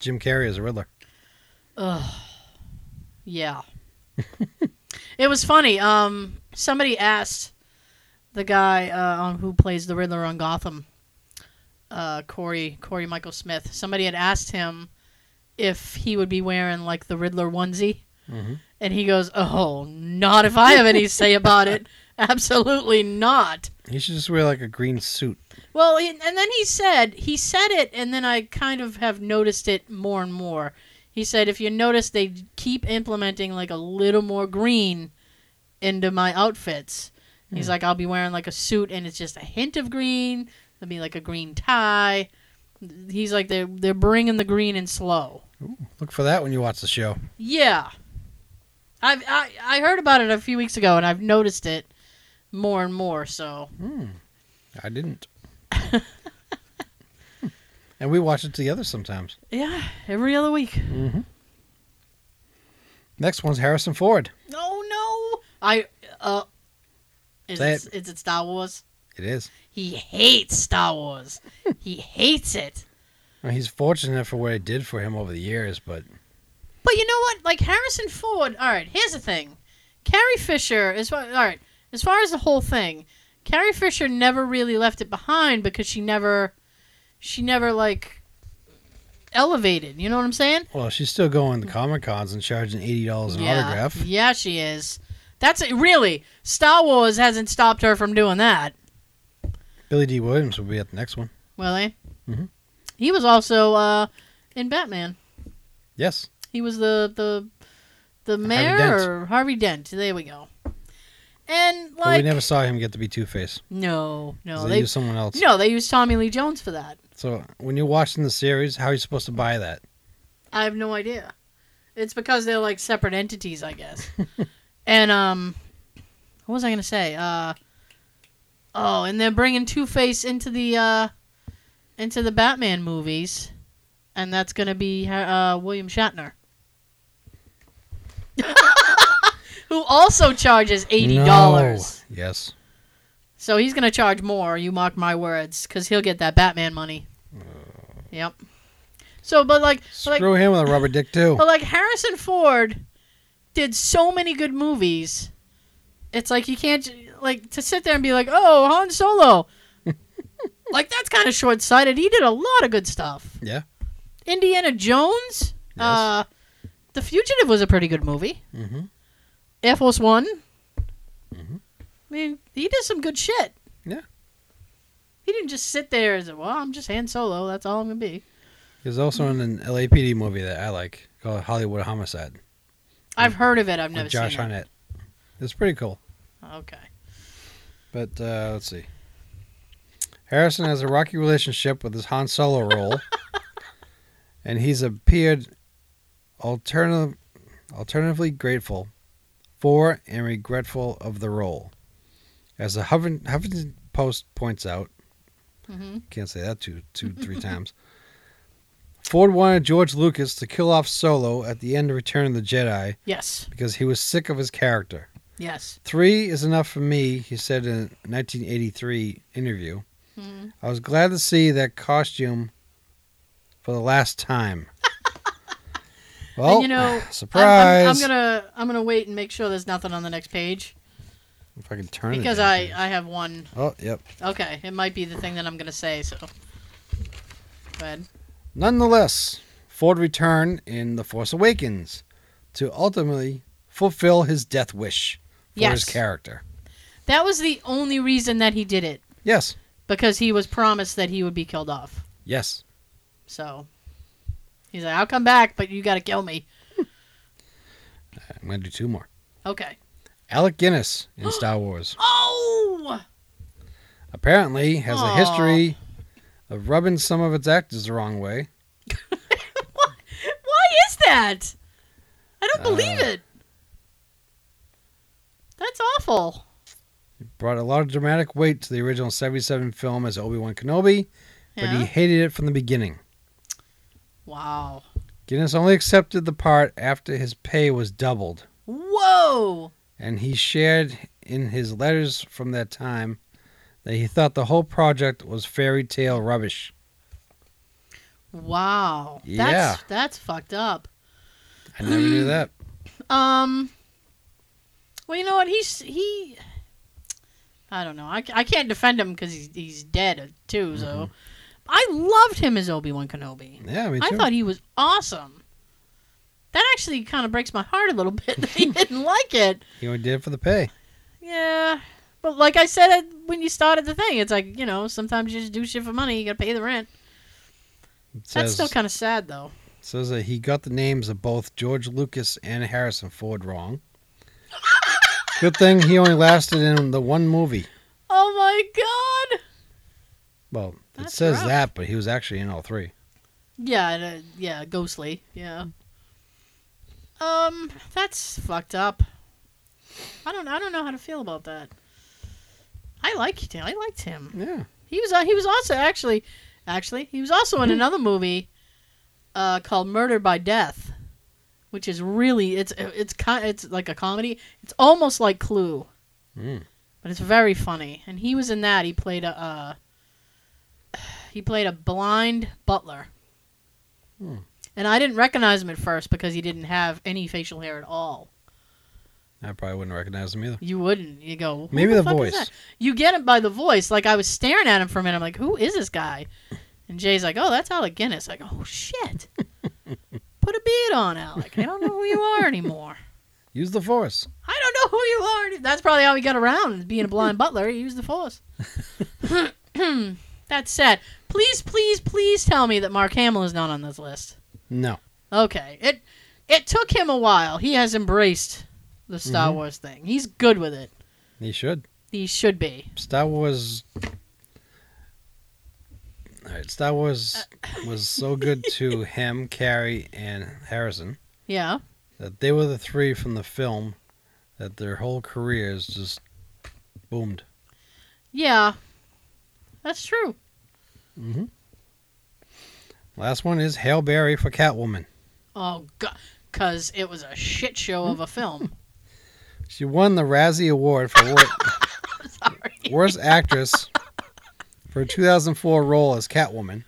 S7: Jim Carrey as a Riddler.
S1: Ugh. Yeah. it was funny. Um, somebody asked the guy uh, on who plays the Riddler on Gotham, uh, Corey Corey Michael Smith. Somebody had asked him if he would be wearing like the Riddler onesie,
S7: Mhm.
S1: and he goes, "Oh, not if I have any say about it. Absolutely not."
S7: He should just wear like a green suit.
S1: Well, he- and then he said he said it, and then I kind of have noticed it more and more. He said, if you notice, they keep implementing like a little more green into my outfits. He's like, I'll be wearing like a suit, and it's just a hint of green. It'll be like a green tie. He's like, they're they're bringing the green in slow.
S7: Look for that when you watch the show.
S1: Yeah, I've I, I heard about it a few weeks ago, and I've noticed it more and more. So
S7: Hmm. I didn't. Hmm. and we watch it together sometimes. Mm-hmm.
S1: yeah, every other week.
S7: Next one's Harrison Ford.
S1: Oh no! I uh, is
S7: Say
S1: it, is it Star Wars?
S7: It is.
S1: He hates Star Wars. he hates it.
S7: I mean, he's fortunate for what it did for him over the years, but
S1: But you know what? Like Harrison Ford. All right, here's the thing. Carrie Fisher is all right. As far as the whole thing, Carrie Fisher never really left it behind because she never, she never like elevated. You know what I'm saying?
S7: well, she's still going to comic cons and charging eighty dollars an autograph.
S1: Yeah, she is. That's it. really Star Wars hasn't stopped her from doing that.
S7: Billy D. Williams will be at the next one.
S1: Will they?
S7: Mhm.
S1: eh? He was also uh, in Batman.
S7: Yes,
S1: He was the the the mayor
S7: Dent.
S1: or Harvey Dent. There we go. And
S7: but we
S1: like
S7: never saw him get to be Two Face.
S1: no, no,
S7: they,
S1: they,
S7: use someone else.
S1: no, they used Tommy Lee Jones for that.
S7: So when you're watching the series, how are you supposed to buy that?
S1: I have no idea. It's because they're like separate entities, I guess. and um, what was I gonna say? Uh, oh, and they're bringing Two Face into the uh, into the Batman movies, and that's gonna be uh, William Shatner, who also charges eighty dollars.
S7: No. Yes.
S1: So he's gonna charge more. You mark my words, because he'll get that Batman money. Yep. So, but like, like Oh.
S7: Screw him with a rubber dick too.
S1: but like Harrison Ford did so many good movies. It's like you can't j- like to sit there and be like, "Oh, Han Solo." like that's kind of short-sighted. He did a lot of good stuff.
S7: Yeah.
S1: Indiana Jones? Uh The Fugitive was a pretty good movie.
S7: Mm-hmm.
S1: Air Force 1?
S7: Mhm.
S1: I mean, he did some good shit.
S7: Yeah.
S1: He didn't just sit there and say, "Well, I'm just Han Solo. That's all I'm going to be."
S7: There's also in an LAPD movie that I like called Hollywood Homicide
S1: I've heard of it. I've never
S7: Mm-hmm. with Josh
S1: seen
S7: Arnett. It's pretty cool.
S1: it. Okay.
S7: But uh, let's see. Harrison has a rocky relationship with his Han Solo role, and he's appeared alterna- alternatively grateful for and regretful of the role. As the Huffing- Huffington Post points out,
S1: hmm
S7: can't say that two, two, three times. Ford wanted George Lucas to kill off Solo at the end of Return of the Jedi
S1: Yes.
S7: because he was sick of his character.
S1: Yes.
S7: Three is enough for me, he said in a 1983 interview.
S1: hmm
S7: I was glad to see that costume for the last time. well,
S1: you know, I'm-
S7: surprise!
S1: I'm, I'm gonna I'm gonna wait and make sure there's nothing on the next page
S7: if I can turn it
S1: because
S7: down
S1: I
S7: here.
S1: I have one.
S7: Oh, yep.
S1: Okay, it might be the thing that I'm gonna say. So. Go ahead.
S7: Nonetheless, Ford returned in The Force Awakens to ultimately fulfill his death wish for his
S1: Yes.
S7: character.
S1: That was the only reason that he did it
S7: Yes,
S1: because he was promised that he would be killed off.
S7: yes.
S1: So he's like, I'll come back, but you got to kill me.
S7: I'm gonna do two more.
S1: Okay.
S7: Alec Guinness in Star Wars
S1: Oh,
S7: apparently has a
S1: Aw.
S7: history of rubbing some of its actors the wrong way.
S1: why is that? I don't believe
S7: Uh.
S1: it. That's awful.
S7: brought a lot of dramatic weight to the original 77 film as Obi-Wan Kenobi, but he
S1: Yeah.
S7: hated it from the beginning.
S1: Wow.
S7: Guinness only accepted the part after his pay was doubled,
S1: Whoa.
S7: and he shared in his letters from that time that he thought the whole project was fairy tale rubbish.
S1: Wow.
S7: Yeah.
S1: That's that's fucked up.
S7: I never knew that.
S1: Um. Well, you know what? He's he. I don't know. I, ca- I can't defend him because he's he's dead uh, too. So, I loved him as Obi Wan Kenobi.
S7: Yeah, Mm-hmm. me
S1: I
S7: too.
S1: thought he was awesome. That actually kind of breaks my heart a little bit that he didn't like it.
S7: he only did it for the pay.
S1: Yeah. But like I said it when you started the thing, it's like, you know, sometimes you just do shit for money, you gotta pay the rent.
S7: It
S1: That's
S7: says,
S1: still kind of sad though.
S7: says that he got the names of both George Lucas and Harrison Ford wrong. Good thing he only lasted in the one movie.
S1: Oh my god!
S7: Well,
S1: That's
S7: it says
S1: rough.
S7: that, but he was actually in all three.
S1: Yeah, and, uh, yeah, ghostly. Yeah. Um, that's fucked up. I don't I don't know how to feel about that. I liked him. I liked him.
S7: Yeah.
S1: He was uh, he was also actually actually he was also in another movie uh, called Murder by Death, which is really it's it's kind it's like a comedy. It's almost like Clue,
S7: Mm.
S1: but it's very funny. And he was in that. He played a uh, he played a blind butler.
S7: Hmm.
S1: And I didn't recognize him at first because he didn't have any facial hair at all.
S7: I probably wouldn't recognize him either.
S1: You wouldn't. You go. "Who
S7: Maybe the,
S1: fuck is
S7: voice.
S1: that?" you get it by the voice. Like I was staring at him for a minute. I'm like, who is this guy? And Jay's like, oh, that's Alec Guinness. Like, oh shit. Put a beard on, Alec. I don't know who you are anymore.
S7: Use the force.
S1: I don't know who you are. any-" That's probably how he got around being a blind butler. He used the force. that's sad. Please, please, please tell me that Mark Hamill is not on this list.
S7: No.
S1: Okay. It it took him a while. He has embraced the Star
S7: Mhm.
S1: Wars thing. He's good with it.
S7: He should.
S1: He should be.
S7: Star Wars. All right. Star Wars
S1: Uh,
S7: was so good to him, Carrie, and Harrison
S1: Yeah.
S7: that they were the three from the film that their whole careers just boomed.
S1: Yeah. That's true.
S7: Last one is Hail Berry for Catwoman.
S1: Oh god, cuz it was a shit show of a film.
S7: She won the Razzie Award for wor-
S1: Sorry.
S7: Worst Actress for her 2004 role as Catwoman,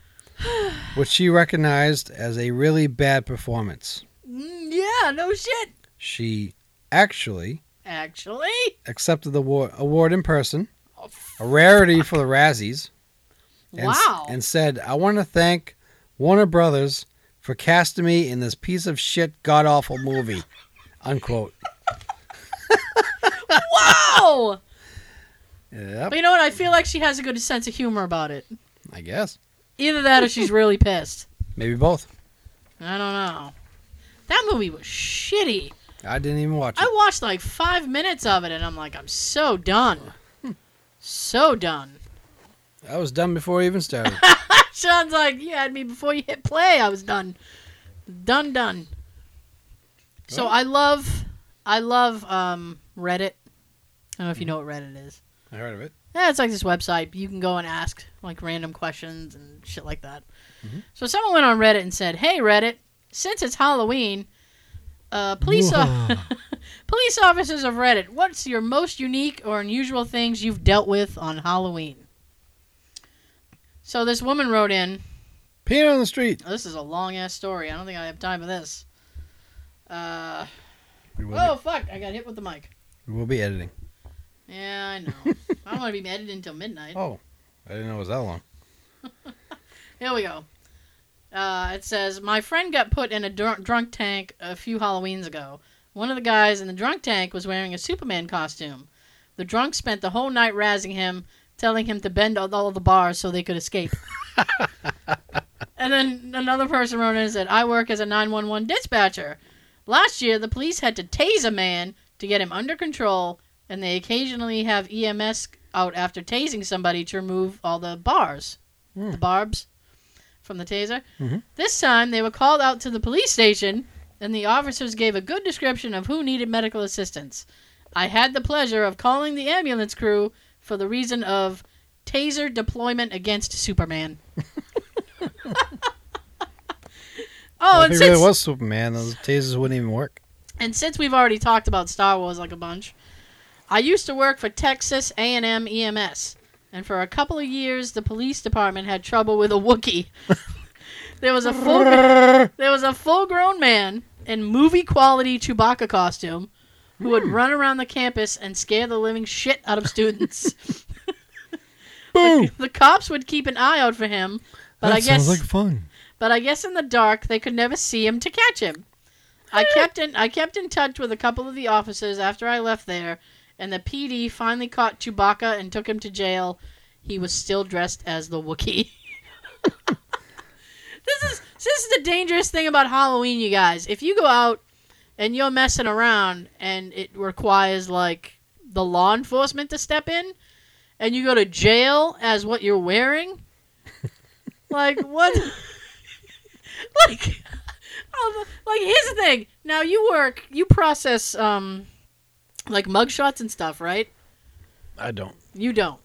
S7: which she recognized as a really bad performance.
S1: Mm, Yeah, no shit.
S7: She actually
S1: Actually,
S7: accepted the award, award in person, a rarity for the Razzies, and, s-
S1: wow.
S7: and said, I want to thank Warner Brothers for casting me in this piece of shit, god awful movie. Unquote.
S1: wow.
S7: Yep,
S1: But you know what? I feel like she has a good sense of humor about it.
S7: I guess.
S1: Either that or she's really pissed.
S7: Maybe both.
S1: I don't know. That movie was shitty.
S7: I didn't even watch
S1: I
S7: it.
S1: watched like 5 minutes of it and I'm like I'm so done. So done.
S7: I was done before I even started.
S1: Sean's like, you had me before you hit play. I was done, done, done. So I love, I love um, Reddit. I don't know if you know what Reddit is.
S7: I heard of it.
S1: Yeah, it's like this website. You can go and ask like random questions and shit like that. So someone went on Reddit and said, "Hey Reddit, since it's Halloween, uh, police o- police officers of Reddit, what's your most unique or unusual things you've dealt with on Halloween?" So this woman wrote in.
S7: Peeing on the street.
S1: oh, this is a long ass story. I don't think I have time for this. Uh,
S7: We will,
S1: oh fuck! I got hit with the mic.
S7: be, we will be editing.
S1: Yeah, I know. I don't want to be edited until midnight.
S7: Oh, I didn't know it was that long.
S1: Here we go. Uh, it says, My friend got put in a dr- drunk tank a few Halloweens ago. One of the guys in the drunk tank was wearing a Superman costume. The drunk spent the whole night razzing him, telling him to bend all, all the bars so they could escape. and then another person wrote in and said, I work as a 911 dispatcher. Last year, the police had to tase a man to get him under control, and they occasionally have EMS out after tasing somebody to remove all the bars,
S7: Hmm.
S1: the barbs from the taser.
S7: Mhm.
S1: This time, they were called out to the police station, and the officers gave a good description of who needed medical assistance. I had the pleasure of calling the ambulance crew for the reason of taser deployment against Superman. oh,
S7: Well,
S1: and
S7: if
S1: since,
S7: it really was Superman, those tasers wouldn't even work.
S1: and since we've already talked about Star Wars like a bunch, I used to work for Texas A&M EMS, E and for a couple of years the police department had trouble with a Wookiee. there was a full there was a full-grown man in movie-quality Chewbacca costume who would run around the campus and scare the living shit out of students.
S7: Boom!
S1: the cops would keep an eye out for him, but I guess
S7: fun.
S1: but I guess in the dark they could never see him to catch him. I kept in I kept in touch with a couple of the officers after I left there, and the PD finally caught Chewbacca and took him to jail. He was still dressed as the Wookiee. this is this is the dangerous thing about Halloween, you guys. If you go out and you're messing around and it requires like the law enforcement to step in and you go to jail as what you're wearing, like what like oh, the- like here's the thing now you work you process um like mugshots and stuff right
S7: I don't.
S1: you don't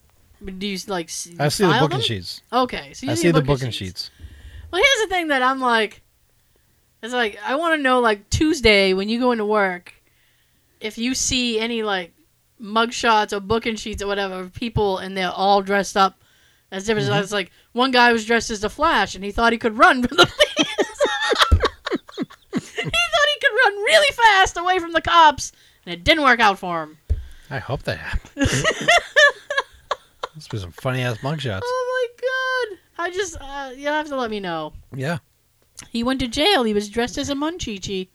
S1: do you like s-
S7: I see the
S1: file
S7: booking
S1: them?
S7: sheets.
S1: okay so you
S7: I see the booking sheets.
S1: well here's the thing that i'm like it's like i want to know like tuesday when you go into work if you see any like mugshots or booking sheets or whatever of people and they're all dressed up as different as it's like one guy was dressed as the flash and he thought he could run from the police he thought he could run really fast away from the cops and it didn't work out for him
S7: I hope that happened. Must be some funny ass mugshots.
S1: oh my god i just uh, you'll have to let me know
S7: Yeah.
S1: he went to jail he was dressed as a munchichi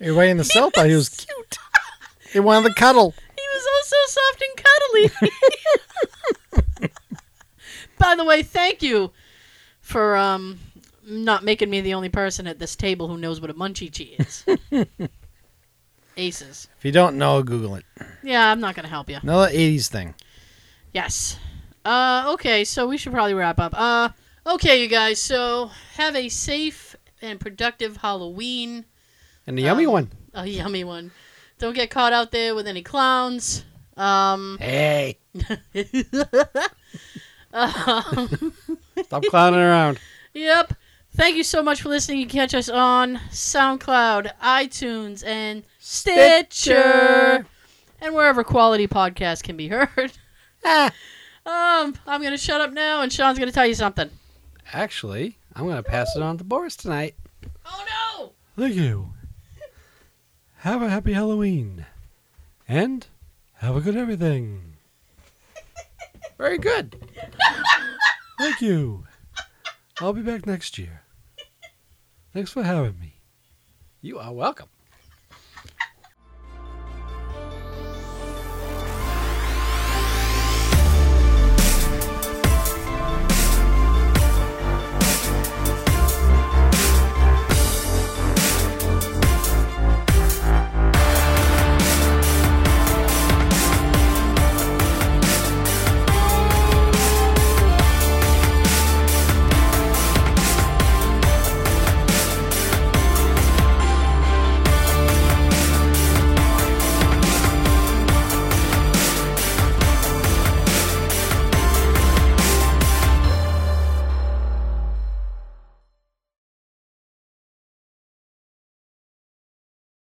S7: You're right in the cell thought he was cute. He wanted to cuddle.
S1: He was also soft and cuddly. By the way, thank you for um not making me the only person at this table who knows what a munchichi is. Aces.
S7: If you don't know, Google it.
S1: Yeah, I'm not gonna help you.
S7: Another 80s thing.
S1: Yes. Uh, okay, so we should probably wrap up. Uh, okay, you guys. So have a safe and productive Halloween.
S7: And the yummy
S1: Um,
S7: one.
S1: A yummy one. Don't get caught out there with any clowns. Um,
S7: Hey,
S1: um,
S7: stop clowning around.
S1: Yep. Thank you so much for listening. You can catch us on SoundCloud, iTunes, and Stitcher,
S7: Stitcher.
S1: and wherever quality podcasts can be heard.
S7: Ah.
S1: Um, I'm gonna shut up now, and Sean's gonna tell you something.
S7: Actually, I'm going to pass it on to Boris tonight.
S1: Oh no!
S7: Thank you. Have a happy Halloween. And have a good everything. Very good. Thank you. I'll be back next year. Thanks for having me. You are welcome.